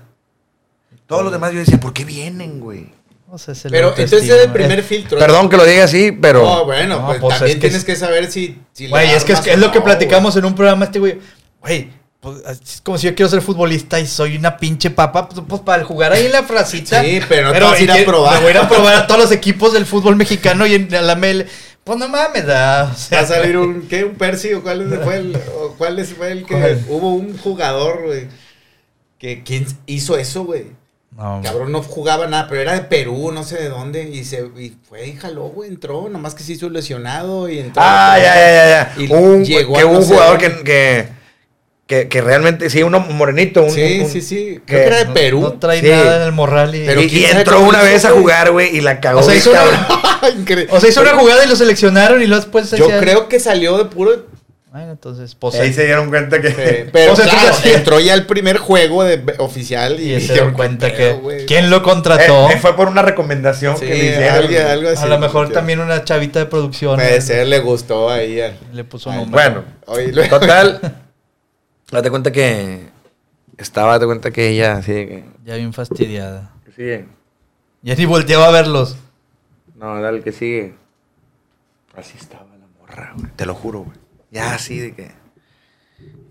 Todos los demás yo decía, ¿por qué vienen, güey?
O sea, es el
Pero
autoestima,
entonces era el
güey.
primer filtro.
Perdón que lo diga así, pero...
No, bueno,
No,
pues,
pues,
también
es que
tienes
es-
que saber si. si le
Güey, es que es,
armas
es
o
lo que
no,
platicamos en un programa este, güey. Güey, pues, es como si yo quiero ser futbolista y soy una pinche papa. Pues, pues, para jugar ahí la frasita.
Sí, pero no te vas a ir a
y que-
probar.
Me voy a ir a probar a todos los equipos del fútbol mexicano y en la mel. Pues no mames, da. O <laughs>
güey.
sea,
Va a salir un. ¿Qué? ¿Un Percy? ¿O cuál fue el, o cuál es- fue el que.?
¿Cuál?
Hubo un jugador, güey. Que, ¿Quién hizo eso, güey?
No,
Cabrón, no jugaba nada, pero era de Perú, no sé de dónde. Y se y fue y jaló, güey, entró. Nomás que se hizo lesionado y entró.
Ah, ya, ya, ya,
Y
ya. Un,
llegó
que
a
un
no sé
jugador
dónde.
que, que, que, que realmente, sí, uno morenito. Un,
Sí,
un-
sí, sí. Creo que era de
no-
Perú.
No trae
Sí.
nada en el morral y.
Pero
y,
quién
y
sabe
entró
cómo
una
hizo,
vez a
güey.
jugar, güey, y la cagó.
o sea,
bien
hizo
cabrón.
una,
<laughs> Increíble.
o sea, hizo una jugada y lo seleccionaron y luego después.
Yo
hacía-
creo que salió de puro.
Bueno, entonces, pues.
Ahí se dieron cuenta <laughs> que...
eh,
<laughs>
pero
O sea, tú
claro,
decías-
entró ya el primer juego de, oficial
Y
y,
se
dijeron,
dio cuenta
"Pero,
que.
güey".
¿Quién lo
Eh,
contrató?
eh, fue por una recomendación
Sí,
que le hicieron.
alguien- algo así,
a lo mejor
porque
también una chavita de producción.
Puede
¿no?
ser, le gustó ahí. al-
Le puso
Ay,
nombre.
Bueno,
Oye, luego-
total. <laughs> Date cuenta que... Estaba, date cuenta que ella, así de que...
Ya bien fastidiada.
que sigue.
Ya ni volteaba a verlos.
No, dale, que sigue. Así estaba la morra, güey. Te lo juro, güey. Ya así de que...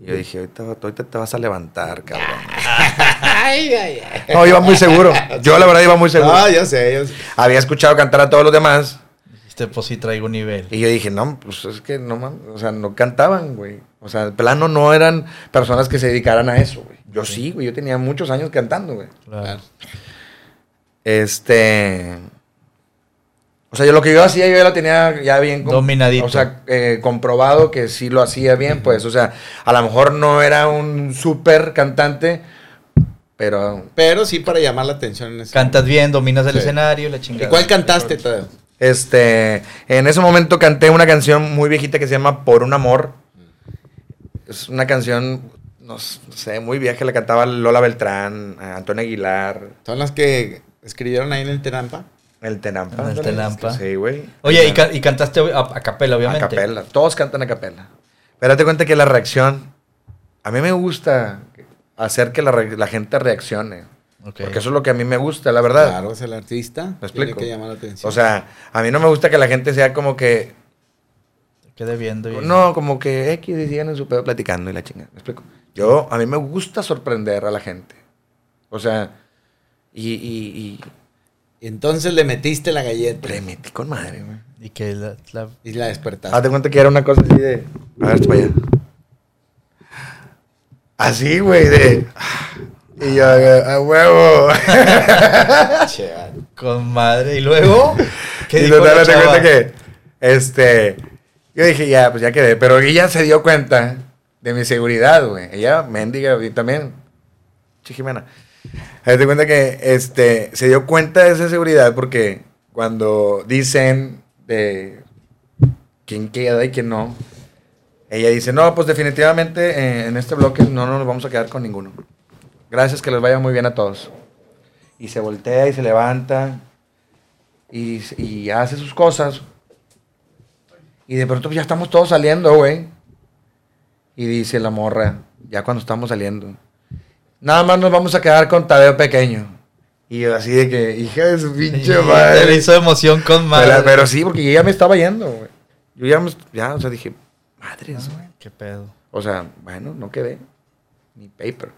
Yo dije, ahorita, ahorita te vas a levantar, cabrón.
<laughs> Ay, ay, ay.
No, iba muy
<laughs>
seguro. Yo la verdad iba muy seguro.
No, yo sé, yo sé.
Había escuchado cantar a todos los demás.
Este, pues sí traigo nivel.
Y yo dije, no, pues es que no mames, o sea, no cantaban, güey. O sea, el plano no eran personas que se dedicaran a eso, güey. Yo sí, güey, yo tenía muchos años cantando, güey.
Claro.
Este. O sea, yo lo que yo hacía, yo ya lo tenía ya bien. com-
Dominadito.
O sea, eh, comprobado que sí lo hacía bien, pues. O sea, a lo mejor no era un súper cantante, pero.
Pero sí para llamar la atención en ese
Cantas bien, dominas el
Sí.
escenario, la
momento.
chingada.
¿Y cuál cantaste, Tadeo?
Este. En ese momento canté una canción muy viejita que se llama Por un amor. Es una canción, no s- no sé, muy vieja. La cantaba Lola Beltrán, eh, Antonio Aguilar,
Son las que escribieron ahí en el Tenampa.
El Tenampa.
El Tenampa.
Sí, güey.
Oye, y, ca- y cantaste a, a capela, obviamente.
A capela. Todos cantan a capela. Pero date cuenta que la reacción. A mí me gusta hacer que la, re- la gente reaccione.
Ok.
Porque eso es lo que a mí me gusta, la verdad.
Claro, es el artista.
¿Me
Tiene
explico?
que llamar la atención.
O sea, a mí no me gusta que la gente sea como que.
Te Quedé viendo. y-
No, como que X y siguen en su pedo platicando y la chinga. ¿Me explico? Yo, a mí me gusta sorprender a la gente. O sea, y. y,
Y entonces le metiste la
y
galleta
le metí con madre, güey.
Y que la, la-
y la despertaste.
Hazte cuenta que era una cosa así de. A ver, para allá. Así, güey, de. Y yo, a huevo. <laughs>
Che, vale.
con madre. Y
<laughs>
luego. ¿qué
y
dijo
total,
la
hazte
chava?
cuenta que. Este. Yo dije, ya, pues ya quedé. Pero ella se dio cuenta de mi seguridad, güey. Ella, mendiga, y también. Che, Jimena. Hazte cuenta que este, se dio cuenta de esa seguridad porque cuando dicen de quién queda y quién no, ella dice, no, pues definitivamente eh, en este bloque no nos vamos a quedar con ninguno. Gracias, que les vaya muy bien a todos. Y se voltea y se levanta y, y hace sus cosas. Y de pronto pues, ya estamos todos saliendo, güey. Y dice la morra, ya cuando estamos saliendo, nada más nos vamos a quedar con Tadeo Pequeño. Y yo así de que, hija de su
Sí,
pinche
te le
madre.
hizo emoción con madre.
Pero, pero sí, porque yo ya me estaba yendo, güey. Yo ya, me, ya, o sea, dije, madres, güey.
Qué pedo.
O sea, bueno, no quedé. Ni paper.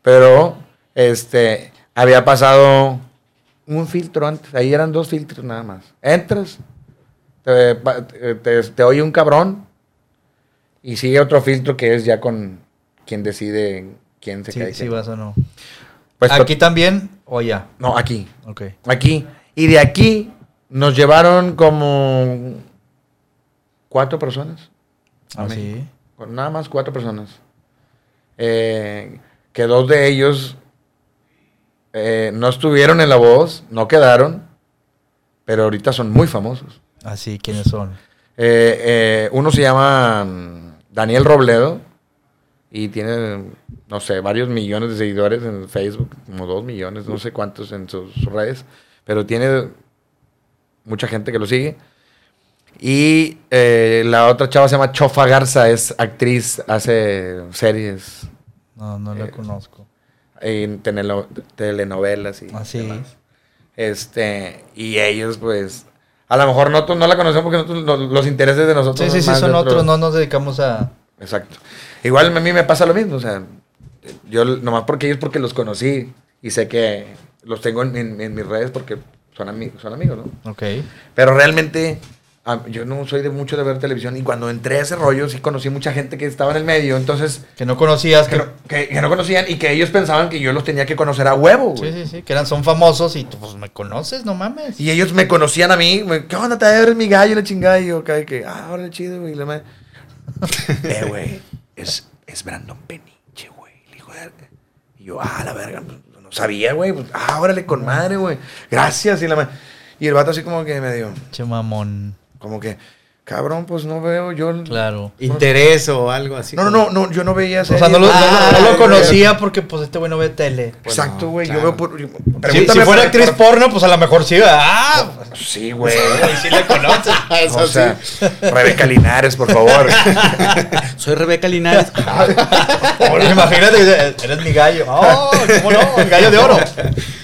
Pero, este, había pasado un filtro antes. Ahí eran dos filtros nada más. Entras, te, pa- te- te- te oye un cabrón y sigue otro filtro que es ya con quien decide quién se
Sí,
cae. y
sí
quién no.
vas o no.
Pues,
Aquí
to-
también o ya.
No, aquí.
Ok.
Aquí. Y de aquí nos llevaron como cuatro personas. A
Así.
Con nada más cuatro personas. Eh, que dos de ellos eh, no estuvieron en la voz, no quedaron, pero ahorita son muy famosos.
Así, ¿Ah, ¿quiénes son?
Eh, eh, uno se llama mm, Daniel Robledo y tiene, no sé, varios millones de seguidores en Facebook, como dos millones, no sé cuántos en sus redes, pero tiene mucha gente que lo sigue. Y eh, la otra chava se llama Chofa Garza, es actriz, hace series,
No, no la
Eh,
conozco.
en tenelo- telenovelas y
Así.
demás. Este, y ellos, pues, a lo mejor nosotros no la conocemos porque nosotros- los, los intereses de nosotros
Sí, sí, sí,
más
son
de
otros, no nos dedicamos a...
Exacto. Igual a mí me pasa lo mismo, o sea, yo nomás porque ellos porque los conocí y sé que los tengo en, en- en mis redes porque son amigos, son amigos, ¿no?
Ok.
Pero realmente a- yo no soy de mucho de ver televisión y cuando entré a ese rollo sí conocí mucha gente que estaba en el medio, entonces
Que no conocías,
que
que...
no, que- que no conocían y que ellos pensaban que yo los tenía que conocer a huevo,
Sí,
güey.
sí, sí, que eran, son famosos y tú, pues, ¿me conoces? No mames.
Y ellos me conocían a mí, güey, ¿qué onda? Te eres mi gallo, la chingada. Y yo, acá de que, ah, ahora chido, güey. La madre. eh, güey, es, es Brandon Peniche, güey. el hijo de- Y yo, ah, la verga, pues, no sabía, güey. Pues, ah, órale, con madre, güey. Gracias. Y la madre. Y el vato así como que me dio,
Che mamón,
como que, cabrón, pues no veo yo. el-
claro.
Interés o algo así.
No,
<laughs>
no, no, no, yo no veía
O
series.
sea, no lo, no-
Ah,
no lo
ya, ya,
conocía porque, pues, este güey no ve tele.
Pues
Exacto,
no,
güey.
claro.
Yo veo por. yo-
Si, si
pregúntame
fuera
por-
actriz
por-
porno, pues a lo mejor sí, ah, pues,
Sí,
<laughs>
güey.
sí la conoces.
Ah, Eso
o sea, Rebeca Linares, por favor.
<laughs>
sí. Soy Rebeca Linares.
<laughs> Ah,
Ahora imagínate, que dice, eres mi gallo. Oh, ¿cómo
<laughs>
no? El gallo de oro. <laughs>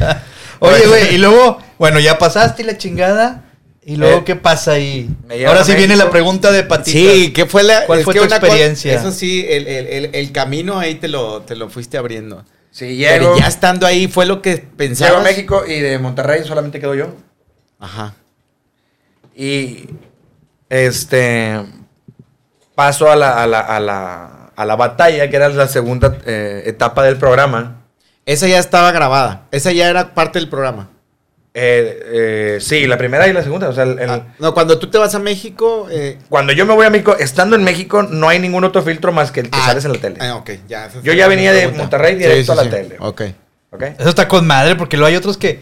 Oye, güey, y luego, bueno, ya pasaste y la chingada. ¿Y luego
Eh,
qué pasa ahí?
me llevan
Ahora
a
sí viene
México.
la pregunta de Patita.
Sí, ¿qué fue la
¿Cuál
es
fue
que
tu
una co-
experiencia?
Eso sí, el, el- el- el camino ahí te lo, te lo fuiste abriendo.
Sí, llego.
Pero ya estando ahí fue lo que
Llego
pensabas.
a México y de Monterrey solamente quedo yo.
Ajá.
Y este paso a la, a la, a la, a la batalla, que era la segunda eh, etapa del programa.
Esa ya estaba grabada. Esa ya era parte del programa.
Eh, eh, sí, la primera y la segunda. O sea, el- el-
Ah, no, cuando tú te vas a México. eh,
cuando yo me voy a México, estando en México, no hay ningún otro filtro más que el que
ah,
sales en la tele.
ah, ok, ya, esa
Yo
es
ya
la
venía de
pregunta.
Monterrey directo a la tele.
Ok.
¿Ok?
Eso está con madre, porque luego hay otros que.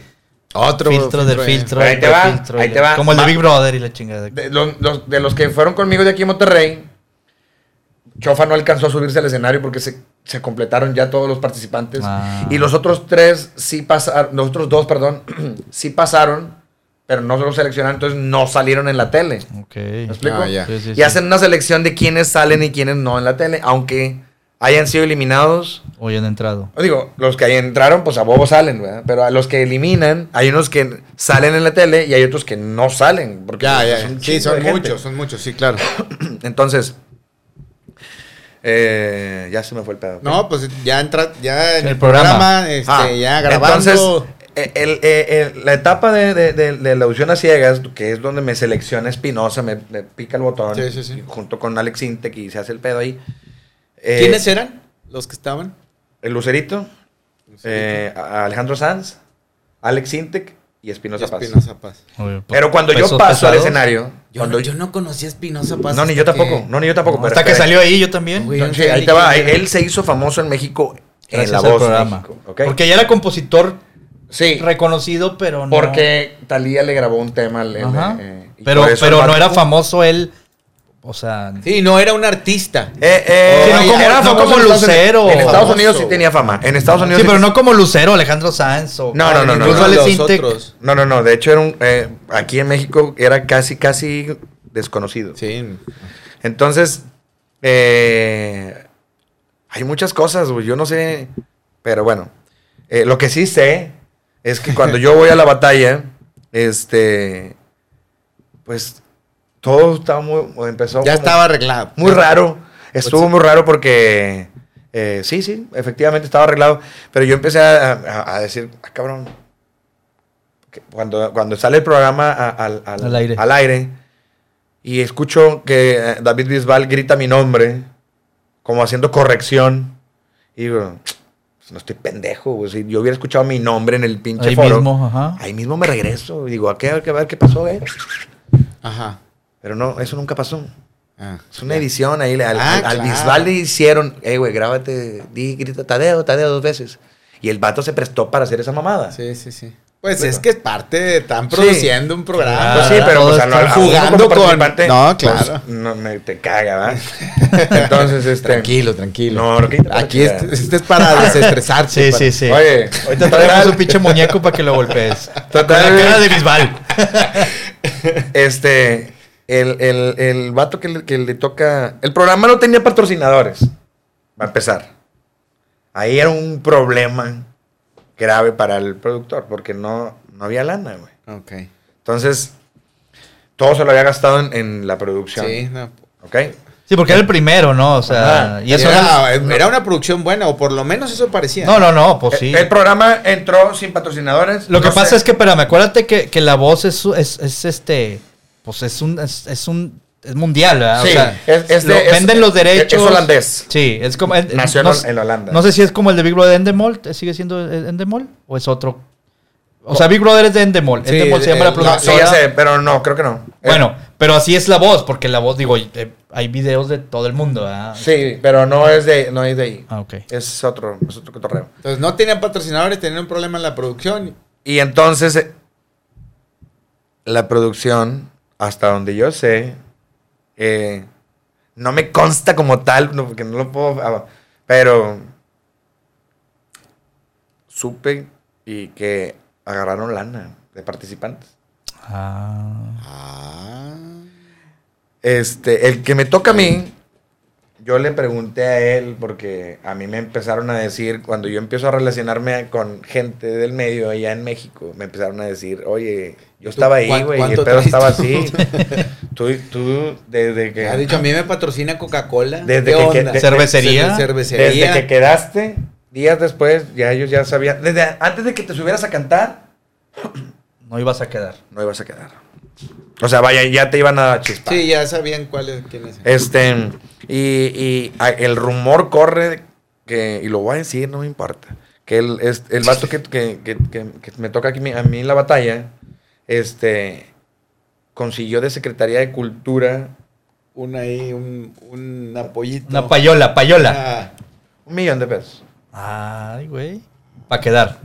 Otro
filtro del
eh.
filtro.
Ahí te
del
va,
filtro,
ahí
y
te
la-
va.
Como el de
Ma-
Big Brother y la chingada.
De los, los- de los que fueron conmigo de aquí en Monterrey, Chofa no alcanzó a subirse al escenario porque se, se completaron ya todos los participantes.
Ah.
Y los otros tres sí pasaron, los otros dos, perdón, <clears throat> sí pasaron, pero no se los seleccionaron, entonces no salieron en la tele.
Ok.
¿Me explico?
Ah, ya.
Sí, sí,
y
sí.
hacen una selección de quiénes salen y quiénes no en la tele, aunque hayan sido eliminados.
Hoy han entrado.
Digo, los que ahí entraron, pues a bobo salen, ¿verdad? Pero a los que eliminan, hay unos que salen en la tele y hay otros que no salen. Porque
Ya,
pues,
Ah, ya.
es un
Sí,
chingo de
son
gente.
muchos, son muchos, sí, claro.
Entonces, eh, ya se me fue el pedo.
No, pues ya entra, ya en
El
el programa,
programa.
este,
Ah,
ya grabando.
Entonces, eh, el- el- el- la etapa de, de- de- de la audición a ciegas, que es donde me selecciona Espinosa, me, me pica el botón,
Sí, sí, sí.
junto con Alex Intec y se hace el pedo ahí. Eh,
¿Quiénes eran los que estaban?
El Lucerito, eh, a- Alejandro Sanz, Alex Intec y Espinosa Paz.
Espinosa Paz.
Obvio,
Pero cuando yo
pues, pesos
paso al
pesados.
escenario,
Yo,
cuando
no, yo no conocía a Espinosa Paz.
no, ni yo
hasta
tampoco,
que-
no, ni yo tampoco. pero
Hasta que
espera.
salió ahí, yo también.
Güey,
No,
no
sí,
sé
ahí
ni
te va.
quién
Él,
era.
él se hizo famoso en México en
Gracias
la
al
voz.
programa.
México, ¿ok?
Porque ya era compositor
sí,
reconocido, pero no.
porque Talía le grabó un tema. al- en-
Ajá.
eh, y
pero
por eso el
pero no
vato-
era famoso él. O sea.
Sí, no era un artista.
Eh, eh,
Sí, no
eh,
como-
era
no
famoso
como
en Estados
Lucero.
Unidos. En Estados
Famoso.
Unidos sí tenía fama. En Estados Unidos.
Sí, pero
sí-
no como Lucero, Alejandro Sanz o
No, no, no, no,
incluso
no.
Alex
Los
Intec.
otros.
No, no, no. De hecho, era un, eh, aquí en México era casi, casi desconocido.
Sí.
Entonces, eh, hay muchas cosas, güey. Yo no sé, pero bueno. Eh, lo que sí sé es que cuando yo voy a la batalla, este, pues todo estaba muy, empezó
Ya
como
estaba arreglado.
muy raro.
Pues
Estuvo
sí.
muy raro porque, eh, sí, sí, efectivamente estaba arreglado, pero yo empecé a, a- a decir, ah, cabrón, que cuando, cuando sale el programa a- al, al-
Al aire.
al aire, y escucho que eh, David Bisbal grita mi nombre, como haciendo corrección, y digo, "Pues no estoy pendejo, güey, si yo hubiera escuchado mi nombre en el pinche
Ahí
foro,
mismo, ajá.
ahí mismo me regreso, digo, ¿a qué, a qué, a ver qué pasó, eh?".
Ajá.
Pero no, eso nunca pasó.
Ah.
Es una edición ahí. Al,
Ah,
al- al
claro.
Bisbal le hicieron, hey, güey, grábate, di, grita, Tadeo, Tadeo dos veces. Y el vato se prestó para hacer esa mamada.
Sí, sí, sí. Pues es que es parte de. Están
Sí.
produciendo un programa.
Pues sí, pero
todos
pues, a lo-
están
a uno
Ah, jugando
como
con-
participante,
No,
pues,
claro.
no, me, te caga, ¿verdad? Entonces, este...
Tranquilo, tranquilo.
No, lo que
Aquí es, este es
<laughs>
para desestresarse.
Sí,
para-
sí, sí.
Oye,
ahorita traemos un pinche
<laughs>
muñeco para que lo golpees. Con la
Total,
cara de Bisbal.
este... el, el- el vato que le, que le toca. El programa no tenía patrocinadores. Va a empezar. Ahí era un problema grave para el productor, porque no, no había lana, güey.
Ok.
Entonces, todo se lo había gastado en, en la producción.
Sí, no.
¿Ok?
Sí, porque era el primero, ¿no? O sea,
Ajá.
y eso
era, era una producción buena, o por lo menos eso parecía.
No, no, no, pues sí.
El, el programa entró sin patrocinadores.
Lo que pasa es que, espérame, acuérdate que, que la voz es, es, es este, pues es un, es, es un, es mundial, ¿verdad?
Sí,
o sea,
es- es
lo-
de- es-
venden los
es-
derechos.
es holandés.
Sí, es como. es-
Nació en
no,
Hol-
sé-
en Holanda.
No sé si es como el de Big Brother de Endemol, ¿eh, ¿sigue siendo eh, Endemol? ¿O es otro? O sea, Big Brother es de Endemol.
Sí,
Endemol se llama
eh,
la
no,
No, sí,
productora.
ya sé, pero no, creo que no. Eh,
Bueno, pero así es la voz, porque la voz, digo, eh, hay videos de todo el mundo, ¿verdad?
sí, pero no es de, no es de ahí.
Ah, ok.
Es otro, es otro cotorreo.
Entonces no tenían patrocinadores, tenían un problema en la producción.
Y entonces, eh, la producción, hasta donde yo sé, eh, no me consta como tal, no, porque no lo puedo, ah, pero supe y que agarraron lana de participantes.
Ah.
Ah.
Este, el que me toca a mí, yo le pregunté a él porque a mí me empezaron a decir, cuando yo empiezo a relacionarme con gente del medio allá en México, me empezaron a decir, oye, yo estaba ahí,
cuán-
güey, y el
cuánto
pedo
traes
estaba
tú? <laughs>
así. tú, tú, desde que,
Ha Ah, dicho, a mí me patrocina Coca-Cola.
Desde
¿Qué
que- que-
onda?
de-
¿Cervecería?
Cerve-
desde
Cervecería.
que quedaste, días después, ya ellos ya sabían, desde a- antes de que te subieras a cantar,
No ibas a quedar.
no ibas a quedar. O sea, vaya, ya te iban a chispar.
Sí, ya sabían cuál es, quién es.
Este, y, y, a- el rumor corre que, y lo voy a decir, no me importa, que el, es- el vato que, que- que- que- que me toca aquí mi- a mí en la batalla, este, consiguió de Secretaría de Cultura
Una ahí, un, un apoyito.
Una payola, payola.
Ah,
un millón de pesos Ah.
Ay, güey. Para quedar.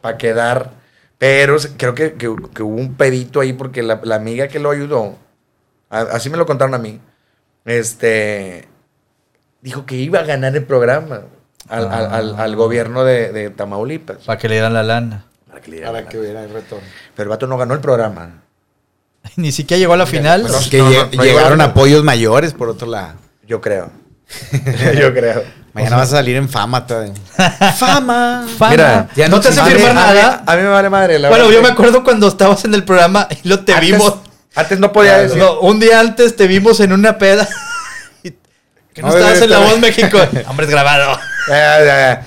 para quedar, pero se- creo que, que- que hubo un pedito ahí porque la, la amiga que lo ayudó, a- así me lo contaron a mí, este, dijo que iba a ganar el programa. Al, al- al- al gobierno de, de Tamaulipas.
Para que le dieran la lana. <laughs>
Para que le dieran
para
la-
que hubiera el retorno.
Pero el vato no ganó el programa.
Ni siquiera llegó a la final.
Bueno,
Es que
no, no,
lle-
no
llegaron
llegaron.
apoyos mayores por otro lado.
Yo <laughs> creo. yo creo.
Mañana
Pues
vas a salir en fama.
<laughs>
todavía. ¡Fama!
Fama.
Mira,
ya no, te hace
A mí-
firmar
a mí-
nada.
A mí me vale madre. la
bueno,
verdad
yo me
que
acuerdo cuando estabas en el programa y lo te
antes-
vimos. Ah,
Antes no podía decir.
No, un día antes te vimos en una peda. <laughs> y- que no
A ver,
estabas en La
espera.
Voz
<laughs>
México. Hombre, es grabado.
Eh, eh,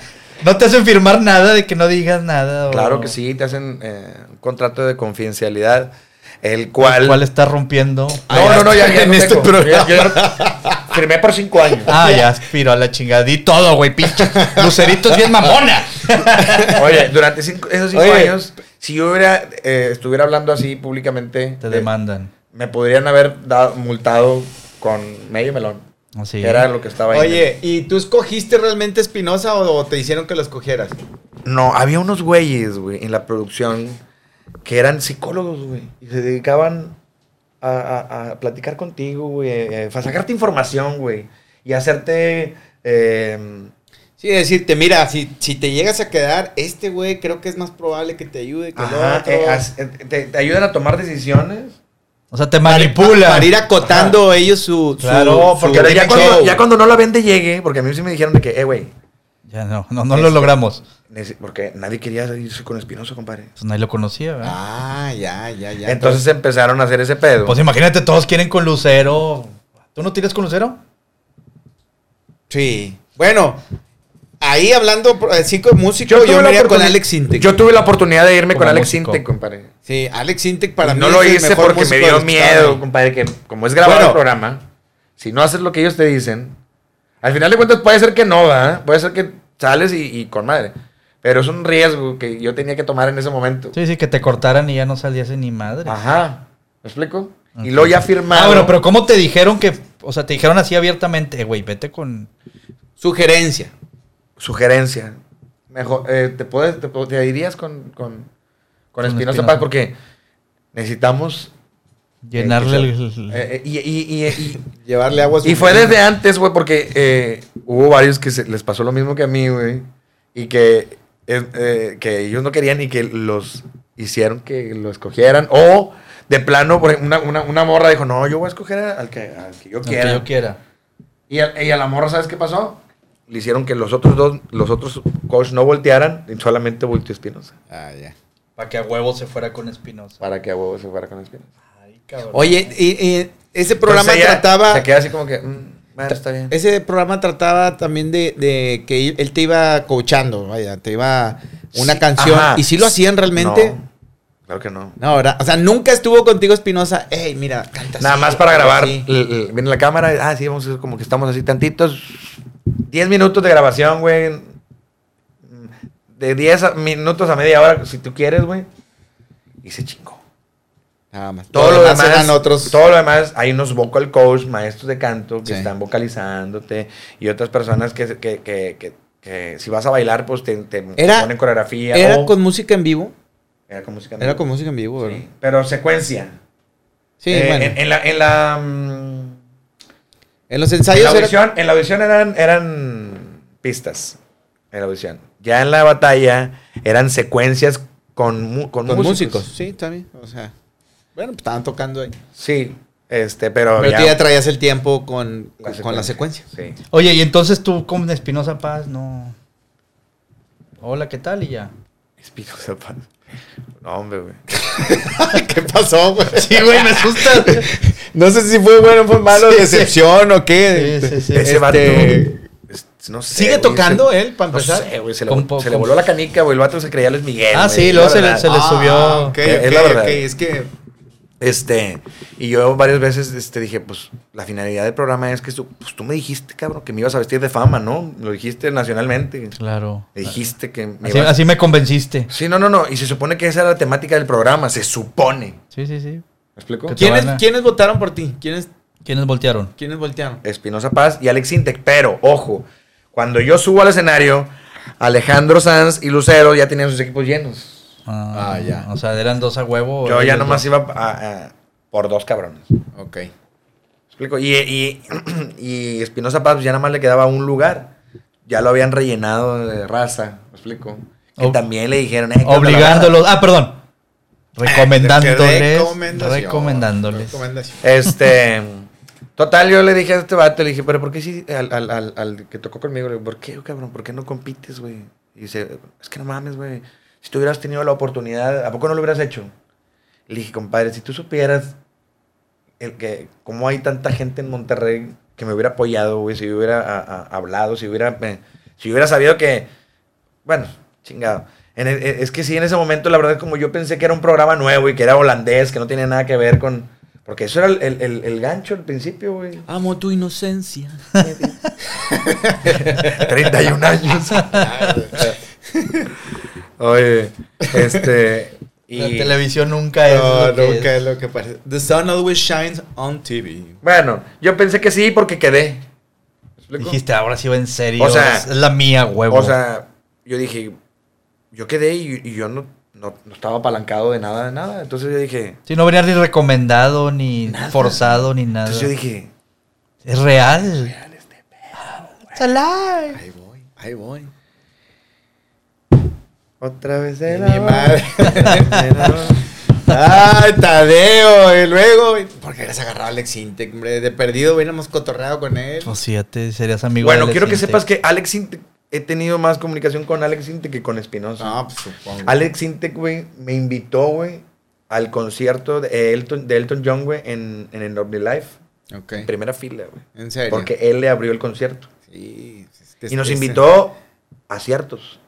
No te hacen firmar nada de que no digas nada. o-
claro que sí, te hacen eh, un contrato de confidencialidad. El
¿Cuál? Ah,
cual.
está rompiendo?
No, no, no, ya,
<laughs>
ya
En
no
este
tengo.
programa.
Ya- ya- firmé por cinco años.
Ah, ya aspiro a la chingada. Di todo, güey,
<laughs>
pinche. Lucerito es bien mamona.
Oye, durante cinco- esos cinco
Oye.
años, si yo hubiera, eh, estuviera hablando así públicamente,
Te
eh,
demandan.
me podrían haber dado, multado con medio melón.
Así.
que Era lo que estaba ahí.
Oye, ¿y tú escogiste realmente Espinosa o, o te hicieron que lo escogieras?
No, había unos güeyes, güey, en la producción que eran psicólogos, güey. Y se dedicaban a, a- a platicar contigo, güey. eh, a sacarte información, güey. Y hacerte. eh,
Sí, decirte, mira, si, si te llegas a quedar, este güey creo que es más probable que te ayude que el
ajá,
otro.
eh, as- eh, te, te ayudan a tomar decisiones.
O sea, te
Pa-
manipulan.
Para ir acotando ellos su. su-
Claro,
su
porque
Pero ya
show.
cuando, ya cuando no la vende, llegue. Porque a mí sí me dijeron de que, eh, güey.
Ya no, no, no lo
Este.
logramos.
neces- Porque nadie quería irse con Espinosa, compadre.
Pues nadie lo conocía, ¿verdad?
Ah, ya, ya, ya.
Entonces empezaron a hacer ese pedo.
Pues imagínate, todos quieren con Lucero. ¿Tú no tiras con Lucero?
Sí. Bueno, ahí hablando por- así con músico,
tuve
yo,
la
me iría con
oportuni-
Alex Sintek.
Yo tuve la oportunidad de irme
Como
con Alex
músico.
Sintek, compadre.
Sí, Alex Sintek para
Y
mí
no
es
lo
el
hice
mejor
porque me
músico
dio
del estado.
miedo, compadre, que como es grabado
Bueno.
el programa, si no haces lo que ellos te dicen, al final de cuentas puede ser que no, va Puede ser que sales y, y con madre. Pero es un riesgo que yo tenía que tomar en ese momento.
Sí, sí, que te cortaran y ya no saliese ni madre.
Ah, Ajá. ¿Me explico?
Ajá.
Y luego ya firmado.
Ah, bueno, pero ¿cómo te dijeron que.? O sea, te dijeron así abiertamente, eh, güey, vete con.
Sugerencia.
Sugerencia. Mejor, eh, te, puedes, te, po- te irías con, con, con
Con
Espinosa
Espinosa.
Paz porque necesitamos... eh,
Llenarle
que-
el.
eh, eh, y- y- y- y,
Llevarle agua a su Ah,
Y fue
molino.
desde antes, güey, porque eh, hubo varios que se- les pasó lo mismo que a mí, güey. Y que, eh, eh, que ellos no querían y que los hicieron que lo escogieran. O de plano, por ejemplo, una, una, una morra dijo, no, yo voy a escoger al que, al que yo
Lo
quiera.
que yo quiera.
Y a, y a la morra, ¿sabes qué pasó? Le hicieron que los otros dos, los otros coach no voltearan, y solamente volteó Espinosa.
Ah, ya.
Para que a huevo se fuera con Espinosa.
Para que a huevo se fuera con Espinosa.
Ay, cabrón.
Oye, y, y ese programa
Entonces ella
trataba.
Se queda así como que, mm, bueno, está bien.
Ese programa trataba también de, de que él te iba coachando, vaya, te iba una
Sí,
canción.
ajá.
¿Y si lo hacían realmente?
No, claro que no.
No, ¿verdad? O sea, nunca estuvo contigo Espinosa. Ey, mira, canta
Nada
así,
más para
canta
grabar.
así.
l- l- Viene la cámara. Ah, sí, vamos a hacer como que estamos así tantitos. 10 minutos de grabación, güey. De 10 a- minutos a media hora, si tú quieres, güey. Y se chingó.
Nada más.
Todo lo demás,
eran otros.
Todo lo demás, hay unos vocal coach, maestros de canto que
Sí.
están vocalizándote y otras personas que, que, que- que- que si vas a bailar, pues te, te
Era-
ponen coreografía.
Era
o-
con música en vivo.
era con música. en
Era
vivo.
con música en vivo, ¿verdad?
Sí, Pero secuencia.
Sí,
Eh,
bueno.
en,
En,
en la. En la mm,
los
En la
ensayos era.
audición, en la audición eran, eran pistas. En la audición. Ya en la batalla eran secuencias con, mu- con,
Con
músicos.
músicos. Sí, también. O sea. Bueno, pues, estaban tocando ahí.
Sí, este, pero.
Pero
ya-
tú ya traías el tiempo con,
la
con la secuencia. <laughs>
Sí.
Oye, y entonces tú con Espinosa Paz no. Hola, ¿qué tal? Y ya.
Espinosa Paz. No, hombre, güey.
¿Qué pasó,
<laughs>
güey?
Sí, güey, me asustas.
<laughs> No sé si fue bueno o fue malo,
Sí,
decepción o qué.
Sí, sí, sí.
Este,
Eh, Ese vato. es- No sé,
¿Sigue
güey,
tocando
se-
él para
No
empezar?
sé, güey. Se, le,
eh, Con
vol-
po-
se le
con-
voló la canica, güey. El vato se creía Luis Miguel.
Ah,
güey,
sí,
es
luego
la
se le-
verdad.
se le- subió.
Ah, ok,
Eh, Es
ok,
la verdad.
ok, es que.
Este, y yo varias veces este, dije, pues la finalidad del programa es que tú, pues, tú me dijiste, cabrón, que me ibas a vestir de fama, ¿no? Lo dijiste nacionalmente.
Claro.
Me dijiste que me
Así,
ibas-
así me convenciste.
Sí, no, no, no. Y se supone que esa era la temática del programa, se supone.
Sí,
¿Me
sí, sí.
explico?
¿Qué te-
¿Quiénes,
van a-
quiénes votaron por ti? ¿Quiénes,
¿Quiénes voltearon?
quiénes voltearon?
Espinosa Paz y Alex Intec. Pero, ojo, cuando yo subo al escenario, Alejandro Sanz y Lucero ya tenían sus equipos llenos.
Ah,
Ah, ya.
O sea, eran dos a huevo.
Yo ya
ellos
nomás
dos.
iba a- a- por dos cabrones.
Ok.
explico? Y, y, <clears throat> y Espinosa Paz pues, ya nada más le quedaba un lugar. Ya lo habían rellenado de raza, ¿me explico? Que
Ob-
también le dijeron... "Eh, ¿qué onda la Eh,
Obligándolos. Ah, perdón. Recomendándoles.
Recomendación.
Recomendándoles.
Recomendación.
raza?". Este... Total, yo le dije a este vato, le dije, pero ¿por qué si al, al- al- al que tocó conmigo? Le digo, ¿por qué, cabrón? ¿Por qué no compites, güey? Y dice, es que no mames, güey. Si tú hubieras tenido la oportunidad, ¿a poco no lo hubieras hecho? Le dije, compadre, si tú supieras el que, cómo hay tanta gente en Monterrey que me hubiera apoyado, güey, si yo hubiera a- a- hablado, si hubiera, eh, si hubiera sabido que, bueno, chingado. En el- eh, es que sí, en ese momento, la verdad, como yo pensé que era un programa nuevo y que era holandés, que no tenía nada que ver con... Porque eso era el, el- el- el gancho al principio, güey.
Amo tu <laughs> inocencia.
31 años. <laughs> Oye, este...
La
Y,
televisión nunca es.
No,
lo que
nunca
es.
es lo que parece. The sun always shines on TV.
bueno, yo pensé que sí porque quedé. ¿Me explico?
Dijiste, ahora sí va en serio.
O sea,
es la mía, huevo.
O sea, yo dije, yo quedé y, y yo no, no, no estaba apalancado de nada, de nada. Entonces yo dije,
Sí, no venía ni recomendado, ni
Nada.
forzado, ni nada.
entonces yo dije, este
es real. It's alive.
Ahí voy, ahí voy.
otra vez
Mi
de la
madre. <laughs>
<laughs>
boca".
Ay, Tadeo. Y luego, ¿por qué eres agarrado a Alex Intec, hombre? De perdido hubiéramos cotorreado con él.
Pues sí, ya te serías amigo.
Bueno,
de
quiero que
Alex
sepas
Intec.
que Alex Intec, he tenido más comunicación con Alex Intec que con Espinosa.
Ah.
No, pues supongo.
Alex Intec, güey, me invitó, güey, al concierto de Elton, de Elton John, güey, en, en el Norby Life.
Ok.
En primera fila, güey.
En serio.
Porque él le abrió el concierto.
Sí, es que
Y nos
es-
invitó a ciertos.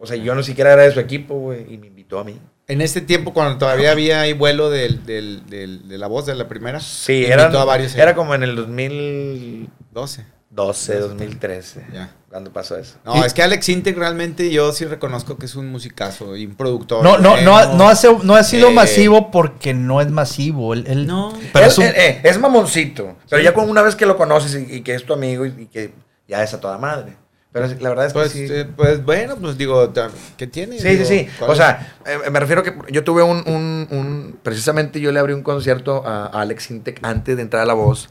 O sea, yo no siquiera era de su equipo, güey, y me invitó a mí.
En este tiempo, cuando todavía había ahí vuelo del, del, del- de la voz de la primera.
Sí,
invitó
eran-
a varios ahí.
era como en el 2012,
12.
2013.
Ya.
Cuando pasó eso.
No,
Y-
es que Alex Intec realmente yo sí reconozco que es un musicazo y un productor.
No, no, no, ha-
bueno.
no, hace- no ha sido
Eh.
masivo porque no es masivo. Él, él-
No.
Pero
Él-
es un-
él, eh, es mamoncito. Pero
Sí.
ya con una vez que lo conoces y, y que es tu amigo y, y que ya es a toda madre. Pero es- la verdad es que
Pues,
sí.
eh, pues bueno, pues digo, ta- ¿qué tiene?
Sí, sí,
Digo,
sí.
¿cuál
O
es?
sea, eh, me refiero que yo tuve un, un- un- Precisamente yo le abrí un concierto a a Alex Intec antes de entrar a La Voz.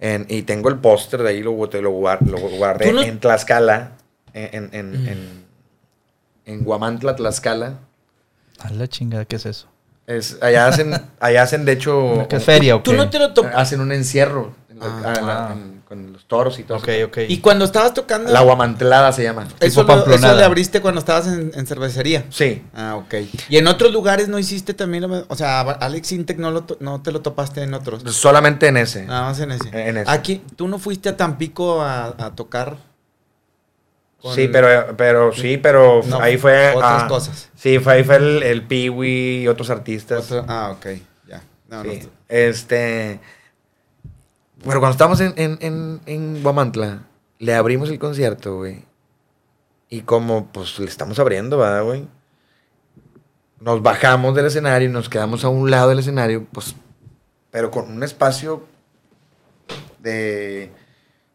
en- y tengo el póster de ahí, lo, boté- lo, guar- lo guardé
Tú no- Mm.
en Tlaxcala. En, en, en, en- en Guamantla, Tlaxcala.
A la chingada, ¿qué es eso?
Es,
<laughs>
allá hacen, allá hacen de hecho, eh,
¿Qué feria o
Tú
qué?
no te lo topas.
hacen un encierro en la-
Ah.
a la- en- con los toros y todo.
Ok,
eso.
ok.
Y cuando estabas tocando.
La guamantelada se llama.
eso,
tipo
lo- eso
pamplonada.
le abriste cuando estabas en, en cervecería.
Sí.
Ah, ok. ¿Y en otros lugares no hiciste también lo mismo? O sea, Alex Intec no, lo to- no te lo topaste en otros.
Solamente en ese.
Nada más en ese.
En ese.
Aquí, ¿tú no fuiste a Tampico a, a tocar? con-
Sí, pero, pero sí, pero
No,
ahí fue.
Otras
ah,
cosas.
Sí, fue, ahí fue el, el Peewee y otros artistas.
Otra- ah, ok. Ya. No,
Sí,
no.
Este. Pero cuando estábamos en, en, en, en Guamantla, le abrimos el concierto, güey. Y como, pues, le estamos abriendo, ¿verdad, güey? Nos bajamos del escenario y nos quedamos a un lado del escenario, pues, pero con un espacio de,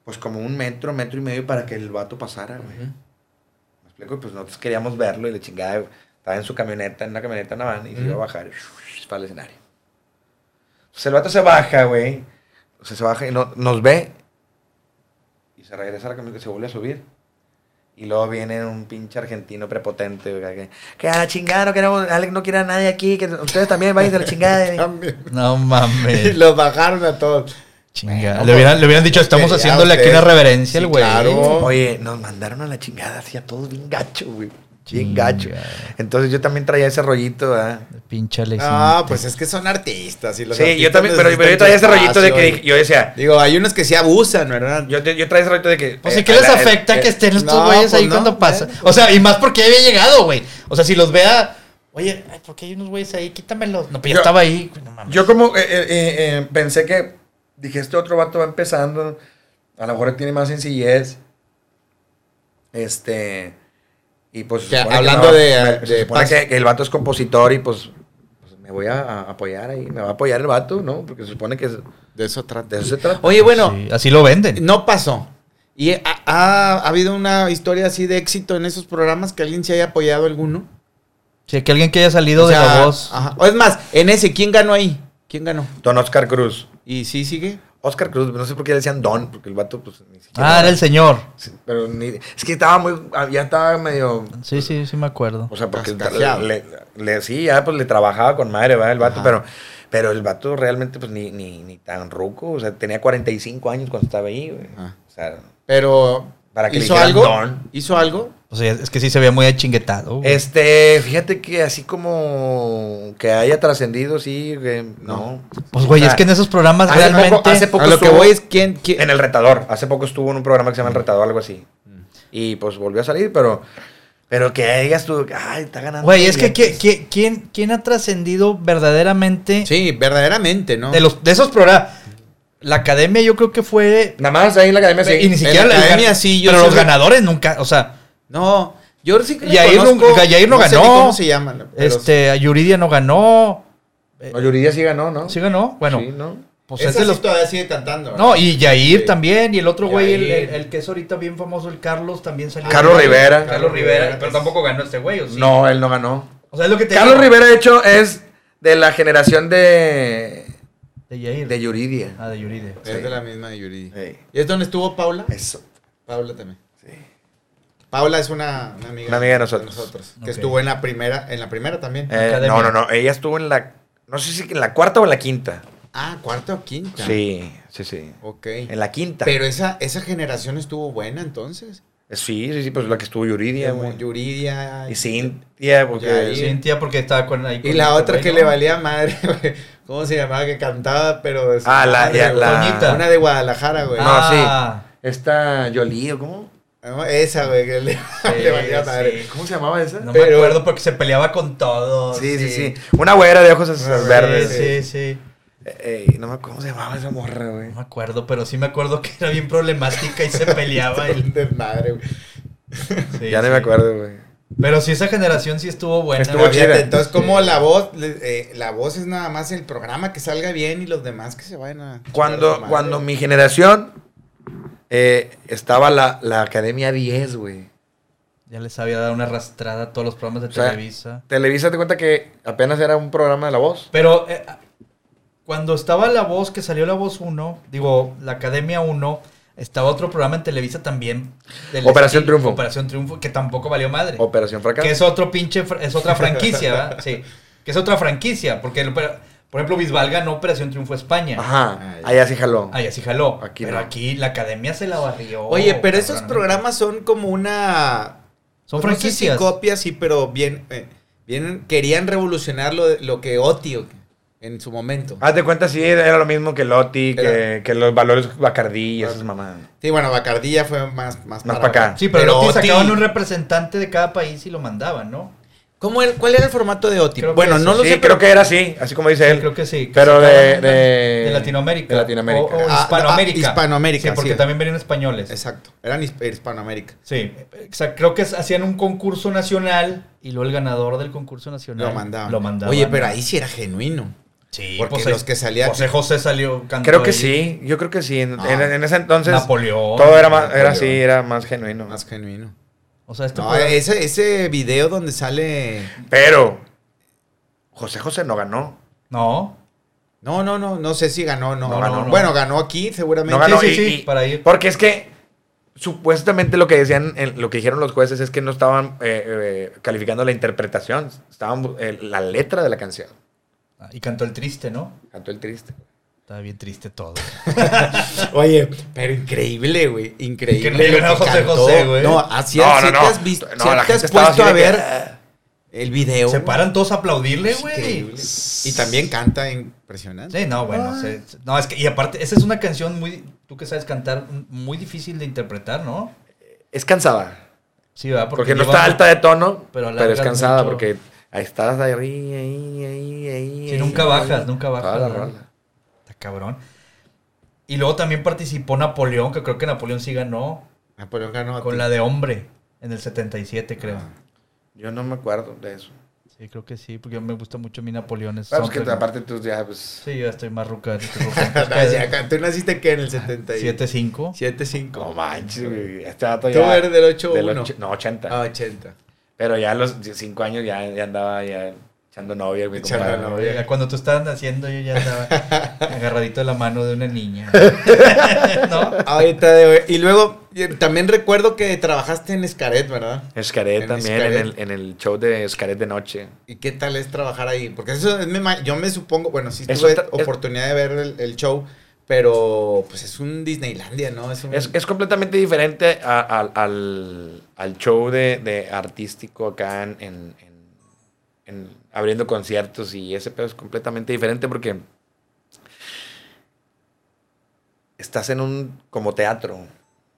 pues, como un metro, metro y medio para que el vato pasara, güey. ¿Me explico? Y, Pues nosotros queríamos verlo y le chingada. Estaba en su camioneta, en una camioneta, en una van, y se iba a bajar y para el escenario. Entonces el vato se baja, güey. O sea, se baja y no- nos ve. Y se regresa a la camioneta y se vuelve a subir. Y luego viene un pinche argentino prepotente, güey. acá Que, que a la chingada, no queremos, Alex no quiere a nadie aquí, que ustedes también vayan a
<laughs>
la chingada.
También.
No
<laughs> Y
mames.
los bajaron a todos.
Chinga. le, hubieran, le hubieran dicho, estamos
pues, eh, Ya,
haciéndole aquí
ustedes-
una reverencia al
Sí,
güey.
claro.
Oye, nos mandaron a la chingada, así a todos bien gacho, güey.
Mm.
Bien
Chinga.
gacho. Entonces yo también traía ese rollito, ¿verdad?
Pinche Alex.
No,
Intec.
pues es que son artistas. Y los
Sí, yo
artistas
también, pero,
necesitan
pero yo traía ese
su
rollito de
espacio,
que yo decía,
Digo, hay unos que sí abusan, ¿verdad?
yo, yo traía ese rollito de que...
Pues sí
eh,
que
a
les
la-
afecta
eh,
que estén estos
no,
güeyes ahí
pues no,
cuando pasa. O sea, y más porque ya había llegado, güey. O sea, si los vea, oye, ay, ¿por qué hay unos güeyes ahí? Quítamelos. No, pues ya
Yo-
estaba ahí. güey, No mames.
Yo como eh, eh, eh, eh, pensé que dije, este otro vato va empezando, a lo mejor tiene más sencillez. Este... Y pues... se
O sea,
supone que
hablando
no,
de- ah,
me- se
de
supone
Paz.
que, que el vato es compositor y pues, pues me voy a, a apoyar ahí, me va a apoyar el vato, ¿no? Porque se supone que es-
De eso trata.
de eso se trata.
Oye, bueno,
Sí, así lo venden.
no pasó. ¿Y ha, ha- ha habido una historia así de éxito en esos programas que alguien se haya apoyado alguno?
Si que alguien que haya salido
O
de
sea,
la voz.
ajá. O es más, en ese, ¿quién ganó ahí? ¿Quién ganó?
Don Oscar Cruz.
¿Y sí sigue?
Oscar Cruz, no sé por qué le decían Don, porque el vato pues ni siquiera...
Ah, era el señor.
Sí, pero ni- es que estaba muy, ah, ya estaba medio,
Sí, sí, sí me acuerdo.
o sea, porque
Cascajeado.
le, le- sí, ya pues le trabajaba con madre, ¿verdad? El vato,
Ajá.
pero, pero el vato realmente pues ni, ni, ni tan ruco, o sea, tenía 45 años cuando estaba ahí, güey.
Ajá.
O sea,
Pero
Para que le
hizo
dijeran
algo.
don.
Hizo algo.
O sea, es que sí se veía muy achinguetado. güey.
este, fíjate que así como que haya trascendido, sí, que no.
Pues, güey,
O sea,
es que en esos programas
hace poco-
realmente.
hace poco
A lo que
estuvo-
voy es quién, quién-
En El Retador. Hace poco estuvo en un programa que se llama El Retador, algo así. Y pues volvió a salir, pero. Pero que digas tú, ay, está ganando.
Güey, es que
billetes".
¿quién, quién- quién, quién ha trascendido verdaderamente
Sí, verdaderamente, ¿no?
de, los, de esos programas? La academia yo creo que fue.
Nada más ahí en la academia sí.
y ni
en
siquiera
la
el
academia
gan-
sí, yo
Pero
sí
los
re-
ganadores nunca. O sea,
No, yo sí que
Yair no-
reconozco-
Yair no
no sé ni
ganó.
cómo se llaman. pero-
este, Yuridia no ganó.
No, Yuridia sí ganó, ¿no?
Sí ganó. Bueno,
Sí, ¿no?
pues
Esa
ese
sí
los-
todavía sigue cantando. ¿verdad?
No, y Yair
Sí.
también. Y el otro güey, el,
Yair.
el- el que es ahorita bien famoso, el Carlos, también salió.
Carlos Rivera.
Carlos Rivera, pero tampoco ganó este güey, ¿o sí?
No, él no ganó.
O sea, es lo que te
Carlos
digo.
Rivera, de hecho, es de la generación de.
De Yair.
de Yuridia.
ah, de Yuridia.
Es
Sí.
de la misma de Yuri.
Sí.
¿Y es donde estuvo Paula?
Eso.
Paula también.
Sí.
Paula es una, una amiga.
Una amiga de nosotros.
Que
Ok.
estuvo en la primera, en la primera también.
Eh,
Academia.
no, no, no. Ella estuvo en la. No sé si en la cuarta o en la quinta.
Ah, cuarta o quinta.
Sí, sí, sí.
Ok.
En la quinta.
Pero esa, esa generación estuvo buena entonces.
Sí, sí, sí, pues la que estuvo Yuridia,
Como
güey.
Yuridia.
Y Cintia, porque.
Yair.
Sí, tía, porque estaba con ahí.
Y
con
la
este
otra
güey,
que
¿no?
le valía madre, <laughs> güey. ¿Cómo se llamaba? Que cantaba, pero. de su
Ah, la-
madre,
ya,
güey.
la-
Toñita.
Una de Guadalajara, güey.
No,
Ah,
Esta Yoli, ¿o ¿cómo?
No, Esa, güey, que le, <laughs>
Sí,
le valía madre.
sí.
¿Cómo se llamaba esa?
No me
Pero-
acuerdo porque se peleaba con todo.
sí, sí, sí, Una güera de ojos
Una güera,
verdes.
Sí, sí, sí.
Eh, eh, no me acuerdo cómo se llamaba esa morra, güey.
No me acuerdo, pero sí me acuerdo que era bien problemática y se
<laughs>
peleaba.
<laughs>
Un
él.
desmadre, güey.
Sí,
ya no
sí.
me acuerdo, güey.
Pero sí, esa generación sí estuvo buena.
Estuvo
Pero fíjate,
chida.
Entonces, como la voz, le- eh, la voz es nada más el programa que salga bien y los demás que se vayan a.
Cuando,
Madre.
cuando mi generación eh, estaba la, la Academia 10, güey.
Ya les había dado una arrastrada a todos los programas de
O sea,
Televisa.
Televisa te cuenta que apenas era un programa de la voz.
Pero eh, cuando estaba La Voz, que salió La Voz 1, digo, la Academia 1, estaba otro programa en Televisa también. del
Operación Triunfo.
Operación Triunfo, que tampoco valió madre.
Operación Fracaso.
<laughs>
que es otro pinche, fr- es otra franquicia, ¿verdad? Sí. Que es otra franquicia, porque, el opera- por ejemplo, Bisbal ganó Operación Triunfo España.
Ajá,
Ay.
allá sí jaló.
Ahí así jaló.
Aquí
pero
no.
aquí la academia se la barrió.
Oh,
Oye, pero esos
cabronamente.
programas son como una.
Son
pues, no sé si
franquicias.
copias, sí, pero bien. eh, bien querían revolucionar lo, lo que Oti o- en su momento.
Haz de cuenta, sí, era lo mismo que Lotti, que,
Era.
que los valores Bacardí y esas mamadas.
Sí, bueno, Bacardilla fue más, más,
Más para acá.
Sí, pero, no
Oti-
sacaban un representante de cada país y lo mandaban, ¿no?
¿Cómo era- ¿Cuál era el formato de Oti?
Creo que
Bueno,
sí.
no lo
sí,
sé,
creo
pero
que era así, así como dice él.
Creo que sí.
Pero de,
Sacaban
de,
una- de Latinoamérica.
De Latinoamérica.
O, o
Ah,
Hispanoamérica.
ah, Hispanoamérica,
Sí, porque
sí.
también venían españoles.
Exacto, eran hisp- Hispanoamérica.
Sí. O sea, creo que hacían un concurso nacional y luego el ganador del concurso nacional
Lo mandaban.
Lo mandaban.
Oye, pero ahí sí era genuino.
Sí,
porque
pues,
los que salían-
José José salió cantando.
Creo que sí, yo creo que sí. En,
Ah.
en- en ese entonces
Napoleón.
todo era más, era
Napoleón.
así, era más genuino.
Más genuino.
O sea, este
No,
programa-
ese, ese video donde sale.
Pero José José no ganó.
No.
No, no, no, no sé si ganó, no.
No,
ganó.
no, no.
Bueno, ganó aquí, seguramente.
Ah, No ganó
sí,
y-
sí,
y-
para ir.
Porque es que supuestamente lo que decían, en- lo que dijeron los jueces es que no estaban eh, eh, calificando la interpretación, estaban bu- eh, la letra de la canción.
Ah, Y cantó el triste, ¿no?
Cantó el triste.
Estaba bien triste todo.
Oye, pero increíble, güey.
Que
Increíble.
no
lo
ganó
que
José
cantó.
José, güey.
No, así
No,
así
no,
te
no.
has, visto,
No,
si
la
te
gente
has
estaba
puesto a
así de que,
ver el video.
Se paran todos a aplaudirle,
Es
güey.
increíble. Y también canta impresionante.
Sí, no,
Ah.
bueno. se- se- no, es que, y aparte, esa es una canción muy. Tú que sabes cantar, m- muy difícil de interpretar, ¿no?
Es cansada.
Sí, ¿verdad?
Porque, no
lleva-
está alta de tono,
pero
pero,
alargas
es cansada
mucho.
porque ahí estás ahí, ahí, ahí, ahí.
Sí,
ahí,
nunca
ahí.
bajas, nunca
Toda
bajas.
la
¿no?
rola.
Está cabrón. Y luego también participó Napoleón, que creo que Napoleón sí ganó.
Napoleón Ah,
Ah,
ganó a
Con
ti.
la de hombre, en el 77,
<laughs>
creo.
Yo no me acuerdo de eso.
Sí, creo que sí, porque me gusta mucho mi Napoleón. es
Ah, pues que
soundtrack.
aparte tú ya, pues.
Sí, yo ya estoy más ruca.
O sea, acá- ¿Tú naciste qué en el 77?
7-5.
75.
No manches, güey. Este dato
Tú
ya.
eres del 8-1.
del ocho- No, 80.
Ah, 80.
Pero ya a los 5 años ya, ya andaba ya echando novia. Mi
Echando
compadre.
novia.
Ya Cuando tú estabas naciendo, yo ya estaba agarradito de la mano de una niña. ¿No?
Ahorita de- Y luego, y- también recuerdo que trabajaste en Escaret, ¿verdad?
Xcaret
En
también, en
Xcaret.
el, en el show de Escaret de noche.
¿Y qué tal es trabajar ahí? Porque eso es, me ima- yo me supongo, bueno, sí
Eso
tuve
ta- es-
oportunidad de ver el, el show, pero pues es un Disneylandia, ¿no? Es un-
Es, es completamente diferente a- a- al, al show de, de artístico acá en, en- en- en abriendo conciertos y ese pedo es completamente diferente porque estás en un como teatro,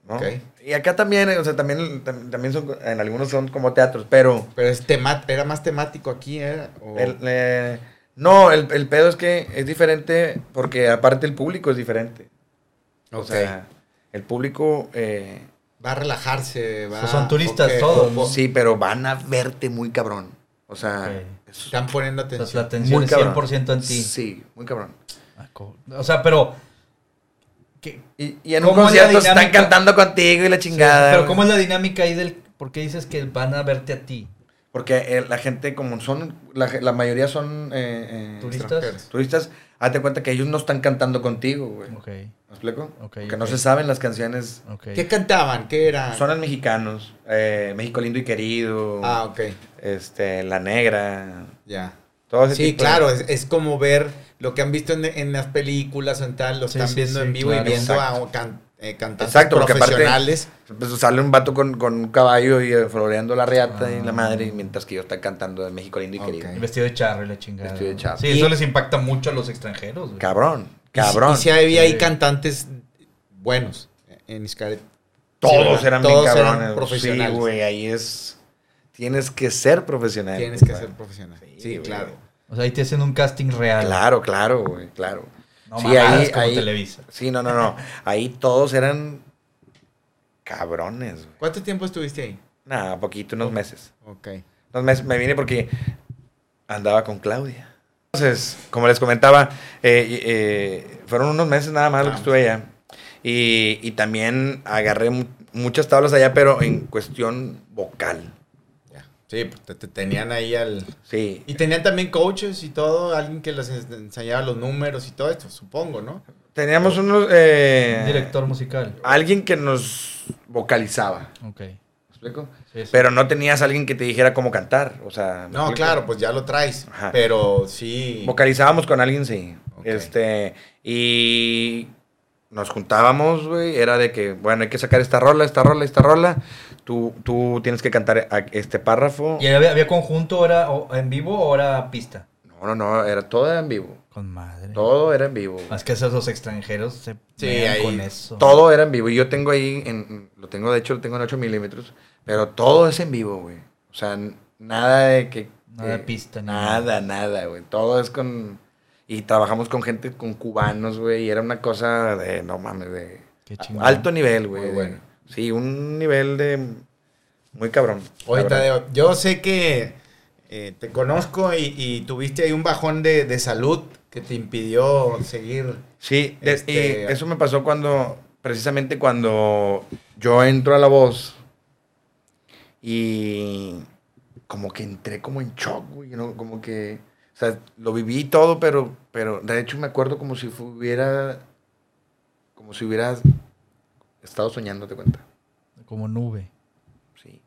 ¿no?
Ok.
Y acá también, o sea, también, tam- también son, en algunos son como teatros, pero...
Pero es tema, era más temático aquí, ¿eh? O-
El, eh, no, el, el pedo es que es diferente porque aparte el público es diferente. O
Ok.
sea, el público... eh,
va a relajarse, va
O sea, son turistas
Ah, ok,
todos,
o-
¿no?
o-
Sí, pero van a verte muy cabrón. O sea,
Ok.
es
Están poniendo
Entonces, la
atención.
atención
muy
es
cabrón.
100% en ti.
Sí, muy cabrón.
Ah, co- O sea, pero. ¿qué-
Y, y en
¿Cómo
un
es la
concierto se están
dinámica?
cantando contigo y la chingada.
pero,
güey.
¿cómo es la dinámica ahí del.? ¿Por qué dices que van a verte a ti?
Porque eh, la gente, como son, la, la mayoría son eh, eh,
¿Turistas?
Extranjeros.
turistas, hazte cuenta que ellos no están cantando contigo, güey.
Ok,
¿Me explico?
Ok,
Porque no
ok.
se saben las canciones.
ok.
¿Qué cantaban? ¿Qué era?
Sonas mexicanos, eh, México lindo y querido,
Ah, ok,
este, La Negra,
ya.
todo ese
Sí,
tipo de-
claro, es, es como ver lo que han visto en, en las películas o en tal, lo
Sí,
están
sí,
viendo
sí,
en vivo
claro.
y viendo
Exacto.
a can- eh, cantantes
Exacto, porque aparte-
profesionales.
Pues sale un vato con, con un caballo y eh, floreando la riata y
Ah.
la madre, mientras que yo está cantando de México lindo y
Ok.
querido.
El Vestido de charro y la chingada.
Vestido de
¿no?
charro.
Sí,
Y-
eso les impacta mucho a los extranjeros. güey.
Y
Cabrón,
si-
cabrón.
Y si, había
Sí.
ahí cantantes buenos en Iscaret.
todos
Sí,
eran
todos
bien
eran
cabrones.
profesionales.
Sí, güey, ahí es. Tienes que ser profesional.
Tienes que
compadre.
ser profesional. Sí,
Sí, güey.
claro.
O sea, ahí te hacen un casting real.
Claro, claro, güey, claro.
No
Sí,
mamadas
ahí-
como
ahí-
Televisa.
Sí, no,
<laughs>
no, no. Ahí todos eran cabrones, güey.
¿Cuánto tiempo estuviste ahí?
Nada, poquito, unos meses.
Ok.
Unos meses me vine porque andaba con Claudia. Entonces, como les comentaba, eh, y- eh, fueron unos meses nada más lo
Ah,
que estuve allá. Y, y también agarré mu- muchas tablas allá, pero en cuestión vocal.
Ya. Sí, pues, te, te tenían ahí al.
Sí.
Y tenían también coaches y todo, alguien que les ens- ensayaba los números y todo esto, supongo, ¿no?
Teníamos unos... eh,
Un Director musical.
Alguien que nos vocalizaba.
Ok.
O explico?
Sí, sí.
Pero no tenías alguien que te dijera cómo cantar, o sea... ¿me
No,
explico?
claro, pues ya lo traes.
Ajá.
Pero sí.
Vocalizábamos con alguien, sí.
Ok.
Este, y nos juntábamos, güey. Era de que, bueno, hay que sacar esta rola, esta rola, esta rola. Tú, tú tienes que cantar a- este párrafo.
¿Y había, había conjunto, era o- en vivo o era pista?
No, no, no, era todo era en vivo.
Con madre.
Todo era en vivo.
Más que esos dos extranjeros se
Sí, ahí.
pegan con eso.
Todo era en vivo. Y yo tengo ahí, en, lo tengo, de hecho, lo tengo en 8 milímetros. Pero todo es en vivo, güey. O sea, n- nada de que.
Nada de
que-
pista, ni
Nada, nada, güey. Todo es con. Y trabajamos con gente, con cubanos, güey. Y era una cosa de, no mames, de.
Qué
a-
chingón.
Alto nivel, güey.
Muy bueno.
Sí, un nivel de. Muy cabrón.
Oye,
cabrón.
Tadeo, yo sé que eh, te conozco y, y tuviste ahí un bajón de, de salud que te impidió seguir.
Sí, de-
Este-
y eso me pasó cuando, precisamente cuando yo entro a la voz y como que entré como en shock, güey, ¿no? como que, o sea, lo viví todo, pero, pero de hecho me acuerdo como si hubiera, como si hubiera estado soñando, te cuenta,
Como nube.
sí.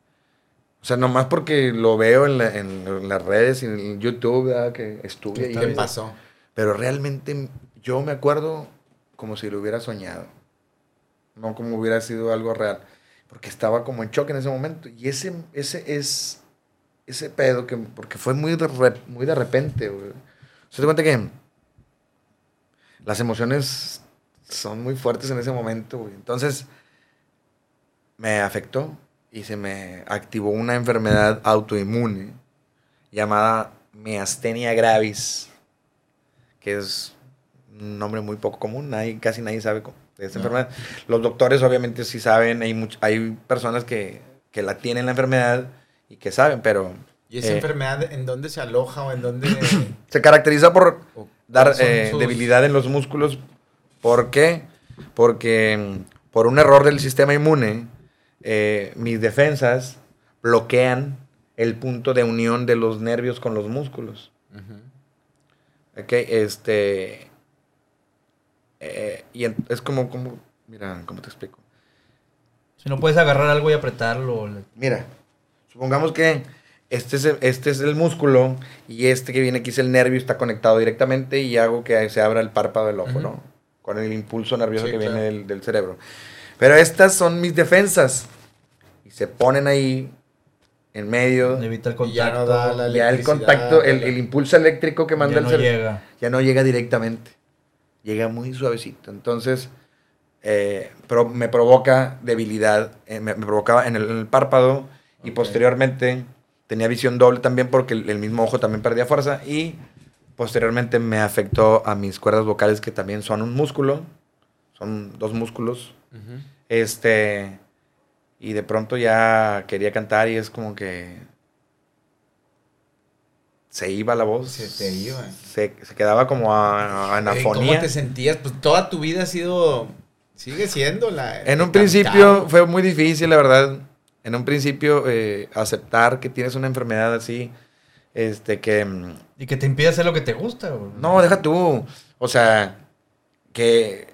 O sea, nomás porque lo veo en, la- en- en las redes, en YouTube, ¿verdad? que estuve ahí.
¿Qué pasó?
Pero realmente yo me acuerdo como si lo hubiera soñado. No como hubiera sido algo real. Porque estaba como en choque en ese momento. Y ese, ese es. Ese pedo que. Porque fue muy de, re- muy de repente, güey. Se te cuenta que. Las emociones son muy fuertes en ese momento, güey. Entonces. Me afectó. Y se me activó una enfermedad autoinmune. Llamada miastenia gravis que es un nombre muy poco común, nadie, casi nadie sabe co- de esta
No.
enfermedad. Los doctores obviamente sí saben, hay, much- hay personas que, que la tienen la enfermedad y que saben, pero
¿Y esa
Eh.
enfermedad en dónde se aloja o en
<coughs>
dónde.?
se caracteriza por
o
dar
cuáles son
eh,
sus-
debilidad en los músculos. ¿Por qué? Porque mm, por un error del sistema inmune, eh, mis defensas bloquean el punto de unión de los nervios con los músculos.
Ujú.
Ok, este. eh, y en- es como, como. Mira, ¿cómo te explico?
Si no puedes agarrar algo y apretarlo. le-
Mira, supongamos que este es, el- este es el músculo y este que viene aquí es el nervio, está conectado directamente y hago que se abra el párpado del ojo,
Ujú.
¿no? Con el impulso nervioso
Sí,
que
claro.
viene del, del cerebro. Pero estas son mis defensas. Y se ponen ahí, en medio.
Evita el
Y ya no
contacto.
da la
Ya el
electricidad,
contacto, el,
la-
el impulso eléctrico que
ya
manda el
no
cerebro.
llega.
ya no llega directamente. Llega muy suavecito. Entonces, eh, pro- me provoca debilidad, eh, me, me provocaba en el, en el párpado y
Ok.
posteriormente tenía visión doble también porque el, el mismo ojo también perdía fuerza y posteriormente me afectó a mis cuerdas vocales que también son un músculo, son dos músculos.
Ujú. Eh,
Este, y de pronto ya quería cantar y es como que se iba la voz.
Se te iba.
Se, se quedaba como a- a-
Oye, ¿Cómo
anafonía.
te sentías? Pues toda tu vida ha sido. Sigue siendo la.
En un
el
principio
cantao.
fue muy difícil, la verdad. En un principio eh, aceptar que tienes una enfermedad así, este, que mm,
Y que te impide hacer lo que te gusta. güey.
No, deja tú. O sea, que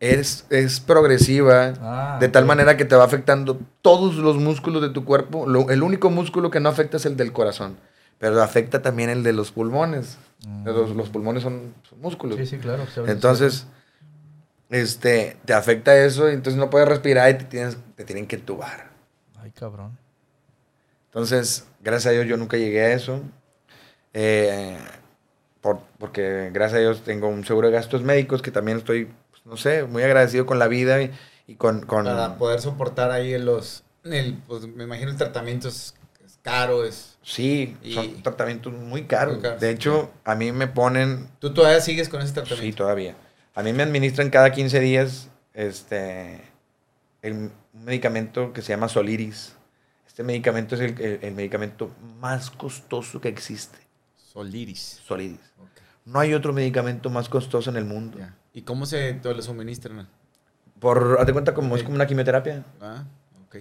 es, es progresiva.
Ah,
de tal
ok.
manera que te va afectando todos los músculos de tu cuerpo. Lo- el único músculo que no afecta es el del corazón. Pero afecta también el de los pulmones.
Mm.
Los, los pulmones son, son músculos.
Sí, sí, claro. se abre-
Entonces, este, te afecta eso y entonces no puedes respirar y te, tienes, te tienen que tubar.
Ay, cabrón.
Entonces, gracias a Dios yo nunca llegué a eso. Eh, por- porque gracias a Dios tengo un seguro de gastos médicos que también estoy, pues, no sé, muy agradecido con la vida y, y con... con-
Para poder soportar ahí los. El, pues me imagino el tratamiento es, es caro, es.
Sí, son
y-
tratamientos muy caros.
Muy caros.
De hecho, a mí me ponen...
¿Tú todavía sigues con ese
Sí,
tratamiento?
todavía. A mí me administran cada 15 días este, el, un medicamento que se llama Soliris. Este medicamento es el- el- el medicamento más costoso que existe.
Soliris.
Soliris. No hay otro medicamento más costoso en el mundo.
¿Y cómo se te lo suministran?
Por, haz de cuenta como es
Ok.
como una quimioterapia.
Ah, ok.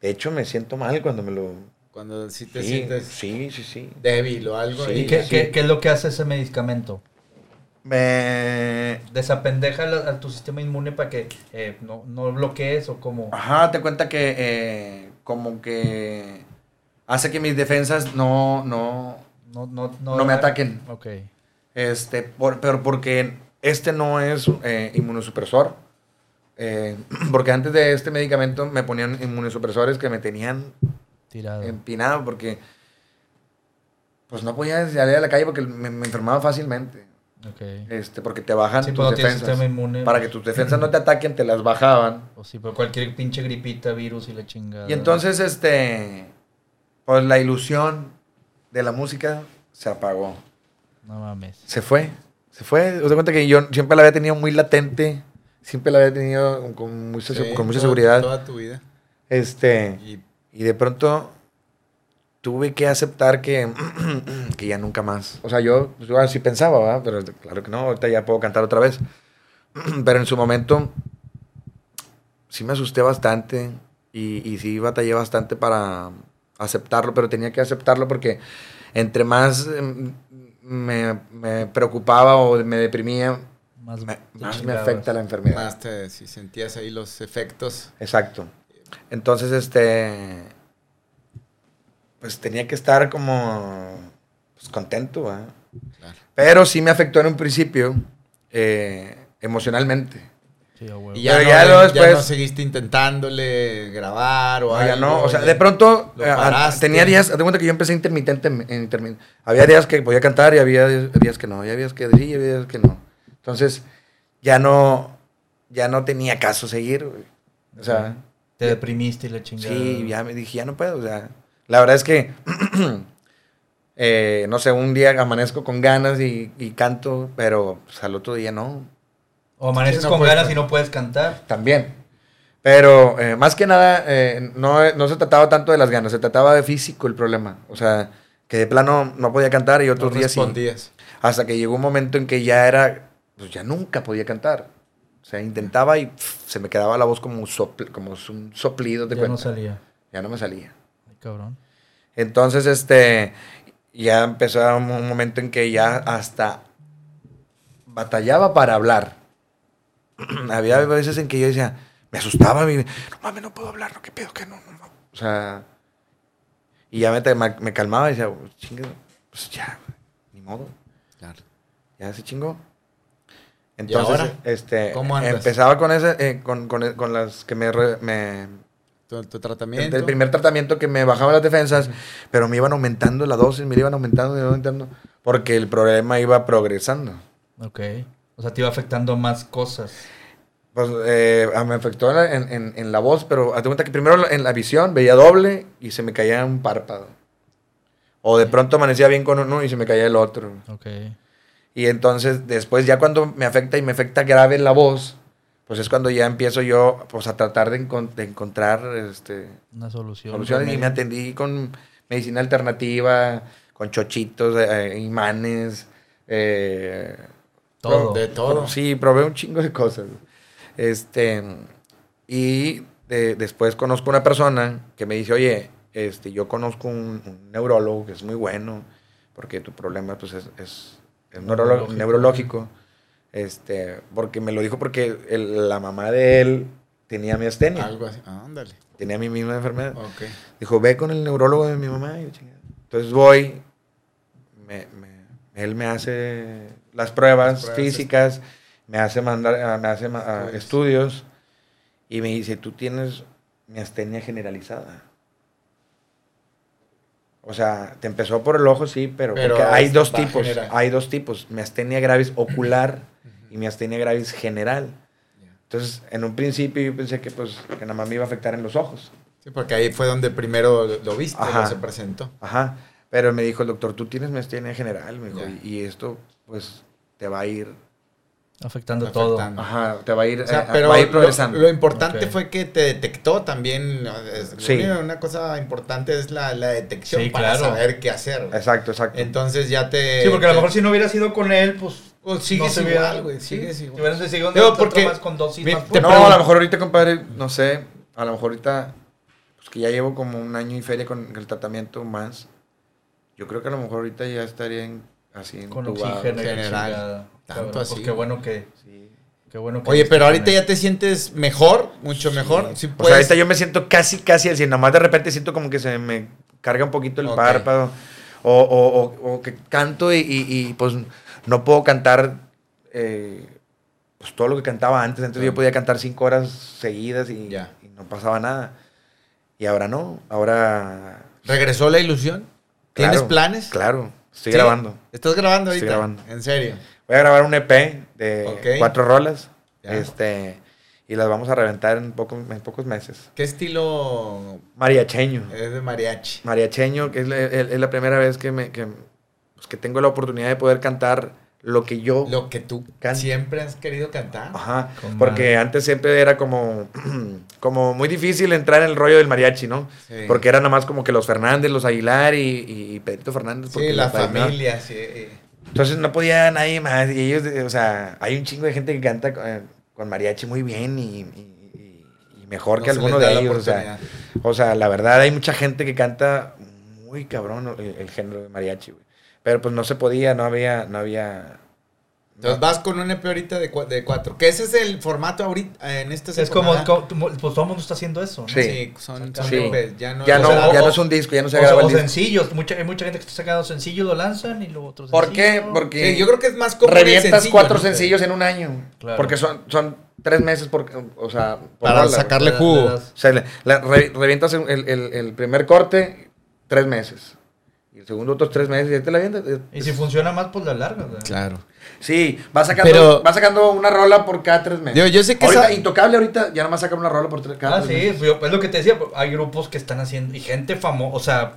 De hecho, me siento mal cuando me lo.
Cuando sí te
Sí,
sientes
sí, sí, sí.
débil o algo.
Sí.
ahí.
¿Y qué,
sí.
qué- qué es lo que hace ese medicamento?
eh,
Desapendeja la- a tu sistema inmune para que eh, no, no bloquees o como...
Ajá, te cuenta que eh, como que hace que mis defensas no, no,
No, no, no,
No me ataquen.
Ok.
este, por- pero porque este no es eh, inmunosupresor. Eh, <clears throat> porque antes de este medicamento me ponían inmunosupresores que me tenían
Tirado.
empinado porque pues no podía salir a la calle porque me, me enfermaba fácilmente.
Ok.
Este, porque te bajan
Sí, pues
tus
no tienes
defensas.
sistema inmune. pues.
Para que tus defensas no te ataquen, te las bajaban.
O sí, pero cualquier pinche gripita, virus y la chingada.
Y entonces, este, pues la ilusión de la música se apagó.
No mames.
Se fue, se fue. Os doy cuenta que yo siempre la había tenido muy latente, siempre la había tenido con- con, mucha se-
Sí,
con mucha
toda-
seguridad.
Toda tu vida.
Este,
Y
y de pronto tuve que aceptar que, <clears throat> que ya nunca más. O sea, yo, yo así pensaba, ¿verdad? Pero claro que no, ahorita ya puedo cantar otra vez. <clears throat> Pero en su momento sí me asusté bastante y, y sí batallé bastante para aceptarlo, pero tenía que aceptarlo porque entre más em, me, me preocupaba o me deprimía,
Más,
me-
te
más me
chingabas.
afecta la enfermedad.
más te, si sentías ahí los efectos.
Exacto. Entonces, este. Pues tenía que estar como. Pues contento, ¿verdad?
Claro.
Pero sí me afectó en un principio. eh, emocionalmente.
Sí, a huevo.
Y ya,
Pero
no,
ya luego
ya
después-
no seguiste intentándole grabar o
O sea,
algo.
no, o sea,
ya-
de pronto
lo
eh, an-
paraste.
tenía días, haz de cuenta que yo empecé intermitente, en- en intermi- había días que podía cantar y había días días que no, había días que sí y había días que no. Entonces, ya no, ya no tenía caso seguir, güey. o sea,
Te deprimiste y la chingada.
Sí, ya me dije, ya no puedo. O sea, la verdad es que, <clears throat> eh, no sé, un día amanezco con ganas y, y canto, pero pues, al otro día no,
O amaneces
Sí, no
con
puedes
ganas
can-
y no puedes cantar.
también. Pero eh, más que nada, eh, no, no se trataba tanto de las ganas, se trataba de físico el problema. O sea, que de plano no podía cantar y
no
otros días sí.
respondías.
Hasta que llegó un momento en que ya era, pues ya nunca podía cantar. O sea, intentaba y pff, se me quedaba la voz como un, sopl- como un soplido,
Ya
de cuenta.
no salía.
ya no me salía.
Ay, cabrón.
Entonces, este, ya empezó un un momento en que ya hasta batallaba para hablar. <clears throat> Había veces en que yo decía, me asustaba, me, no mames, no puedo hablar, no, qué pedo, que no, no, no. O sea, y ya me, te- me- me calmaba y decía, chingue, pues ya, ni modo,
Claro.
ya se chingó. Entonces,
ahora?
este,
¿Cómo andas?
empezaba con, ese, eh, con, con- con las que me, re- me,
Tu, tu
el
tratamiento.
del primer tratamiento que me bajaba las defensas, pero me iban aumentando la dosis, me la iban aumentando, me iban aumentando, porque el problema iba progresando.
Ok. O sea, te iba afectando más cosas.
Pues eh, ah, me afectó en, la- en- en- en la voz, pero hazte cuenta que primero en la visión veía doble y se me caía un párpado. O de pronto amanecía bien con uno y se me caía el otro.
Ok.
Y entonces después ya cuando me afecta y me afecta grave la voz, pues es cuando ya empiezo yo pues, a tratar de, encon- de encontrar este,
Una solución.
soluciones y me
remedio.
atendí con medicina alternativa, con chochitos, eh, imanes, eh,
Todo.
De todo.
sí, probé un chingo de cosas. Este, y de- después conozco una persona que me dice, oye, este, yo conozco un, un neurólogo que es muy bueno, porque tu problema pues, es, es, es neurolo-
Neurológico.
neurológico. Este, porque me lo dijo porque el- la mamá de él tenía miastenia,
Algo así. Ah, ándale.
tenía mi misma enfermedad.
Ok.
Dijo, ve con el neurólogo de mi mamá. y yo, chingada. Entonces voy, me- me- él me hace las pruebas,
Las pruebas, este.
físicas, me hace mandar, ah, me hace ma- ah,
Estudios.
estudios y me dice, tú tienes miastenia generalizada. O sea, te empezó por el ojo, sí, pero,
Pero
porque hay
es-
dos
va
tipos,
general.
hay dos tipos, miastenia
<clears throat>
gravis ocular y miastenia gravis general.
Ya.
Entonces, en un principio yo pensé que pues que nada más me iba a afectar en los ojos.
Sí, porque ahí fue donde primero lo, lo viste,
Ajá.
lo se presentó.
Ajá. Pero me dijo el doctor, tú tienes miastenia general, me dijo,
Ya.
y, y esto, pues, te va a ir,
Afectando,
Afectando.
todo.
ajá, te va a ir,
O sea,
eh,
pero
va a ir
lo-
progresando.
Lo, importante
Ok.
fue que te detectó también. ¿no? Es-
Sí.
Una, una cosa importante es la, la detección
Sí,
para
claro.
saber qué hacer. güey.
exacto, exacto.
Entonces ya te.
Sí, porque a lo
te-
mejor si no hubiera sido con él, pues.
O sigues
se
igual,
hubiera-
güey,
sí,
sigues
si
igual.
hubieran seguido
Digo,
otro
porque-
más con dosis
mi-
más
te
fuertes.
no,
pregun-
a lo mejor ahorita, compadre, no sé, a lo mejor ahorita, pues que ya llevo como un año y feria con el tratamiento más, yo creo que a lo mejor ahorita ya estaría en- así
con
entubado.
oxígeno y la
general.
chingada. Cabrón,
Tanto así.
Pues qué bueno que.
Sí.
Qué bueno que
Oye, pero ahorita
con él.
ya te sientes mejor, mucho mejor. Sí,
O sea,
puedes.
Pues, ahorita yo me siento casi, casi al 100. Nada más de repente siento como que se me carga un poquito el
Ok.
párpado. O, o- o- o que canto y, y- y, pues no puedo cantar eh, pues, todo lo que cantaba antes. Antes yo podía cantar cinco horas seguidas y,
Ya.
y no pasaba nada. Y ahora no. Ahora.
¿Regresó la ilusión? ¿Tienes
claro,
planes?
Claro. Estoy
Sí.
grabando.
¿Estás grabando ahorita?
Estoy grabando.
En serio.
Voy a grabar un EP de
Ok.
cuatro rolas.
Ya.
Este. Y las vamos a reventar en pocos, en pocos meses.
¿Qué estilo
Mariacheño.
es de mariachi?
mariacheño, que es la, el- es la primera vez que, me, que, pues, que tengo la oportunidad de poder cantar lo que yo...
Lo que tú
Can- Ah,
siempre has querido cantar.
Ajá,
Con
porque
madre.
antes siempre era como, <clears throat> como muy difícil entrar en el rollo del mariachi, ¿no?
Sí.
Porque era nada más como que los Fernández, los Aguilar y, y Pedrito Fernández. porque
Sí, la
los Aguilar.
familia, sí. eh.
Entonces no podía nadie más. Y ellos, eh, o sea, hay un chingo de gente que canta con, eh, con mariachi muy bien y, y- y- y mejor
No
que
se les
alguno
da
de
la
ellos. O sea,
oportunidad.
O sea, la verdad, hay mucha gente que canta muy cabrón el, el género de mariachi, güey. Pero pues no se podía, no había, no había.
Entonces vas con un EP ahorita de, cua- de cuatro. Que ese es el formato ahorita eh, en esta
Es como,
temporada.
co- como- Pues todo el mundo está haciendo eso, ¿no?
Sí.
Sí, son, son
Sí.
EPs, Ya no,
ya no,
o sea,
ya
o-
no es un disco, ya no se
o,
graba
o
el disco.
sencillos. Mucha, hay mucha gente que está sacando sencillos, lo lanzan y luego otros
¿Por qué? Porque
Sí, yo creo que es más como
revientas cuatro sencillos en un año.
Claro.
Porque son, son tres meses, por, o sea, por
Para
rola, güey.
sacarle jugo.
O sea, la- la- re- revientas el, el- el- el primer corte tres meses. Y el segundo otros tres meses y ahí te la vienes.
Y si funciona más, pues la larga.
Claro.
Sí, va sacando,
Pero-
va sacando una rola por cada tres meses.
Yo- yo sé que
Ahorita,
esa-
Intocable ahorita ya nomás sacan una rola por tres, cada
Ah,
tres
sí,
meses.
yo- es lo que te decía. pues, Hay grupos que están haciendo. Y gente famosa, o sea,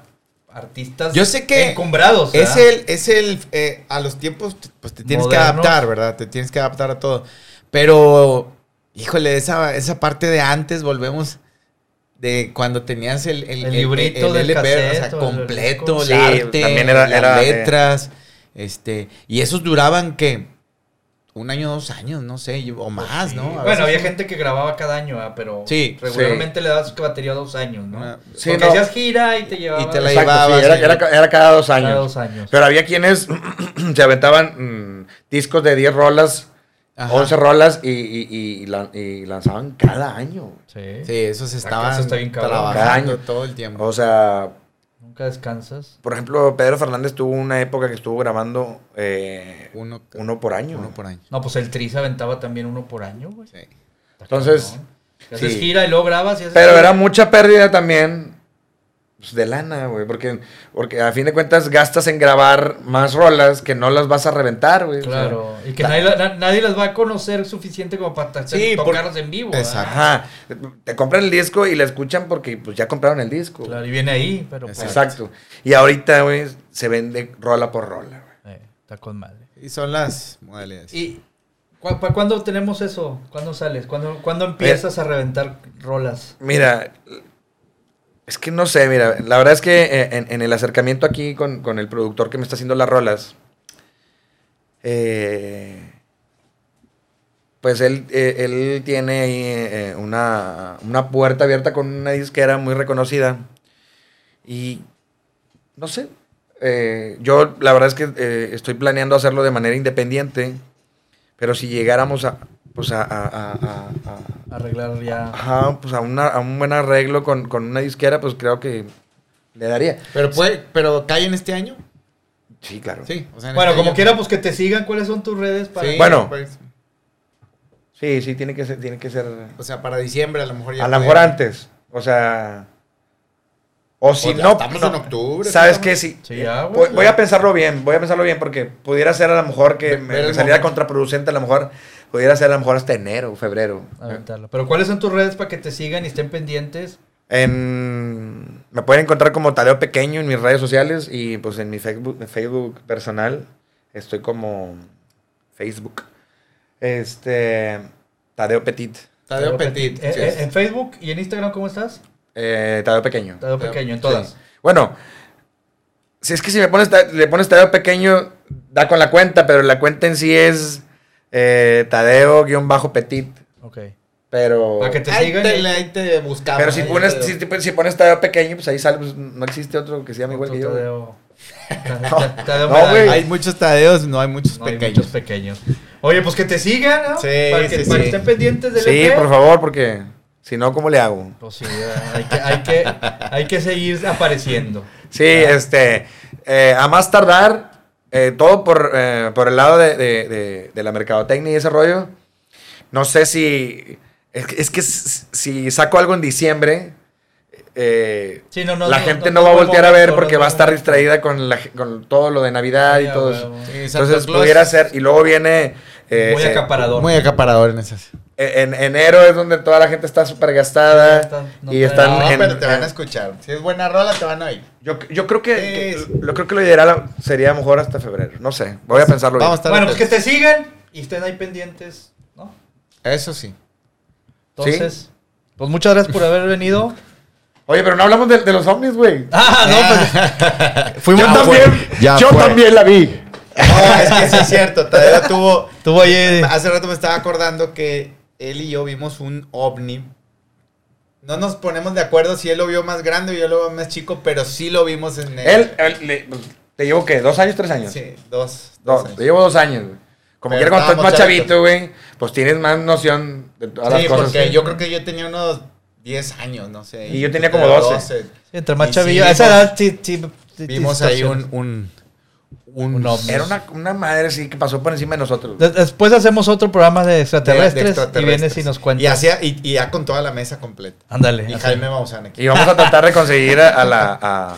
artistas
Yo sé que
encumbrados.
Es
¿verdad?
el, es el, eh, a los tiempos, t- pues te tienes que
Modernos.
adaptar, ¿verdad? Te tienes que adaptar a todo. Pero, híjole, esa, esa parte de antes, volvemos de cuando tenías el, el,
El librito del
o sea,
cassette,
completo, el,
el-
Sí,
arte,
también era-
las
era, eh,
letras, este, y esos duraban, ¿qué? Un año, dos años, no sé, yo- o más,
Pues Sí.
¿no? A veces
Bueno, había
un-
gente que grababa cada año, ¿ah? pero
Sí,
regularmente le das batería dos años, ¿no?
Ah,
sí,
Porque
no.
hacías gira y te llevabas.
Y te la
Exacto,
llevabas,
sí, era,
sí.
era ca- era cada dos años.
cada dos años.
Pero había quienes <clears throat> se aventaban mm, discos de 10 rolas,
Ajá.
11 rolas y, y- y- y lan- y lanzaban cada año.
Sí.
Sí, esos
Acá
estaban
se está bien cabrón.
trabajando
Cada año.
todo el tiempo.
O sea,
Nunca descansas.
por ejemplo, Pedro Fernández tuvo una época que estuvo grabando eh,
Uno,
uno por año.
uno por año.
No, pues el Tri se aventaba también uno por año, güey.
Sí.
Está
Entonces,
cabrón. Que haces
sí.
gira y luego grabas y haces
Pero
gira.
era mucha pérdida también pues, de lana, güey. Porque, porque a fin de cuentas gastas en grabar más rolas que no las vas a reventar, güey. o sea.
Claro, y que
Ta-
nadie, la- na- nadie las va a conocer suficiente como para ta-
Sí, por-
tocarlas en vivo. ¿verdad?
Exacto.
Ajá. Te compran el disco y la escuchan porque pues, ya compraron el disco. güey.
Claro, y viene ahí, pero pues,
Exacto. Y ahorita, güey, se vende rola por rola. güey.
eh, está con madre.
Y son las modalidades.
¿Y cu- pa- cuándo tenemos eso? ¿Cuándo sales? ¿Cuándo, cuándo empiezas a reventar rolas?
Mira, es que no sé, mira, la verdad es que eh, en, en el acercamiento aquí con, con el productor que me está haciendo las rolas, eh, pues él, eh, él tiene ahí eh, eh, una, una puerta abierta con una disquera muy reconocida. Y no sé, eh, yo la verdad es que eh, estoy planeando hacerlo de manera independiente, pero si llegáramos a... Pues a- a- a- a- a
Arreglar ya.
Ajá, pues a, una- a un buen arreglo con, con una disquera, pues creo que le daría.
Pero puede, pero cae en este año.
Sí, claro. Sí,
Sí. O sea, en
Bueno,
este
como
año.
quiera, pues que te sigan. ¿Cuáles son tus redes para.?
Sí,
Bueno.
pues,
sí, tiene que ser. Tiene que ser
o sea, para diciembre a lo mejor ya.
a lo
puede.
mejor antes. O sea. O si
Pues, ya
no.
estamos
no,
en octubre,
¿Sabes
¿no?
qué? Sí.
Sí, ya, güey.
Voy, voy a pensarlo bien, voy a pensarlo bien, porque pudiera ser a lo mejor que
Ve-
me,
ver el
me saliera
momento.
contraproducente, a lo mejor pudiera ser a lo mejor hasta enero, febrero.
Aventarlo. Pero ¿cuáles son tus redes para que te sigan y estén pendientes?
En- me pueden encontrar como Tadeo Pequeño en mis redes sociales y pues en mi Facebook, mi Facebook personal estoy como Facebook. Este Tadeo Petit.
Tadeo Petit.
Eh,
sí.
eh, en Facebook y en Instagram, ¿cómo estás?
eh, Tadeo Pequeño.
Tadeo
Tadeo-
Pequeño, en
sí.
todas.
Bueno, si es que si me pones ta- le pones Tadeo Pequeño, da con la cuenta, pero la cuenta en sí es eh, Tadeo-Petit.
Ok.
Pero.
Para Ah, que te
ahí,
sigan. y-
te, ahí te buscamos.
Pero si
ahí
pones,
te-
si, si pones Tadeo Pequeño, pues ahí sale, pues, no existe otro que se llame igual
Otro
que yo.
Tadeo. Tadeo
No,
Medrano.
güey. Hay muchos tadeos, no hay muchos
No, hay
pequeños.
muchos pequeños. Oye, pues que te sigan, ¿no?
Sí,
para que,
sí,
para
sí.
que estén pendientes del E
Sí,
EP.
por favor, porque si no, ¿cómo le hago?
Pues sí, hay que, hay, que, hay que seguir apareciendo.
Sí,
Ah.
este, eh, a más tardar, eh, todo por, eh, por el lado de, de- de- de la mercadotecnia y ese rollo. No sé si, es, que- es que s- si saco algo en diciembre, eh,
Sí, no, no,
la
no,
gente
no,
no, va a
no,
voltear a ver
no,
porque
no,
va a
no.
estar distraída con, la- con todo lo de Navidad y
Ya,
todo
güey,
eso.
güey.
Sí, Santa
Entonces
Claus
pues, pudiera ser, y luego viene... eh,
Muy
eh,
acaparador.
Muy acaparador en esas.
en, en enero es donde toda la gente está súper gastada
Sí, están- no
y
traen-
están...
No,
en-
pero te van
en-
a escuchar. Si es buena rola, te van a oír.
Yo, yo creo que,
Sí.
que- lo creo que lo ideal sería mejor hasta febrero. No sé, voy a pensarlo
Vamos a estar
Bueno, pues que
atentos.
te sigan y estén ahí pendientes, ¿no?
Eso sí.
Entonces, pues muchas gracias por haber venido.
bien. Oye, pero no hablamos de, de los ovnis, güey.
Ah, no,
Ah. <laughs>
pues fuimos
yo
también.
también,
ya
yo
fue.
también la vi.
<laughs>
<laughs>
No, es que sí es cierto. Tadeo tuvo.
Tuvo ahí. eh,
Hace rato me estaba acordando que él y yo vimos un ovni. No nos ponemos de acuerdo si él lo vio más grande o yo lo veo más chico, pero sí lo vimos en el-
Él, él, le- te llevo, ¿qué? ¿Dos años, tres años?
Sí, dos.
Dos,
años.
te llevo dos años, güey. Como
Pero
quiera, cuando estás más
estábamos
chavito, güey, pues tienes más noción de todas
Sí,
las cosas.
porque yo creo que yo tenía unos 10 años, no sé.
Y yo tenía como
pero
12.
Entre más
Y sí,
chavillo. a esa
vimos-
edad sí, sí, sí,
Vimos
sí,
ahí
situaciones.
un... un,
Un ovni.
Era una, una madre así que pasó por encima de nosotros. güey.
De- Después hacemos otro programa de
de- de
extraterrestres, y vienes y nos cuentas.
Y, hacía, y, y ya con toda la mesa completa.
Ándale.
Y
así.
Jaime Maussan aquí.
Y vamos a tratar de conseguir a,
<laughs>
a la, a,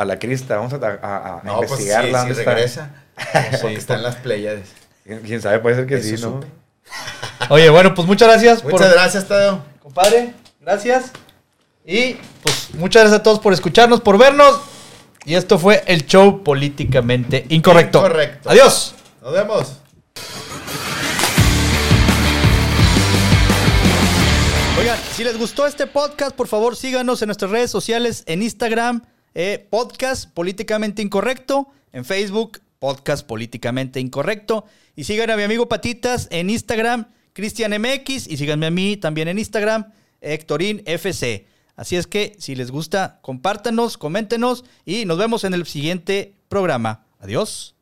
a la crista, vamos a, tra- a- a- a
no, pues sí,
investigarla.
sí
dónde está.
regresa.
<laughs>
Porque está en las playas.
Quién sabe, puede ser que
Eso
sí, ¿no?
supe.
Oye, bueno, pues muchas gracias por.
Muchas gracias, Tadeo.
Compadre, gracias. Y pues muchas gracias a todos por escucharnos, por vernos. Y esto fue el show políticamente incorrecto.
Incorrecto.
Adiós.
Nos vemos.
Oigan, si les gustó este podcast, por favor síganos en nuestras redes sociales, en Instagram, eh, Podcast Políticamente Incorrecto, en Facebook, Podcast Políticamente Incorrecto, y sigan a mi amigo Patitas en Instagram, Cristian MX, y síganme a mí también en Instagram, Hectorin FC. Así es que si les gusta, compártanos, coméntenos y nos vemos en el siguiente programa. Adiós.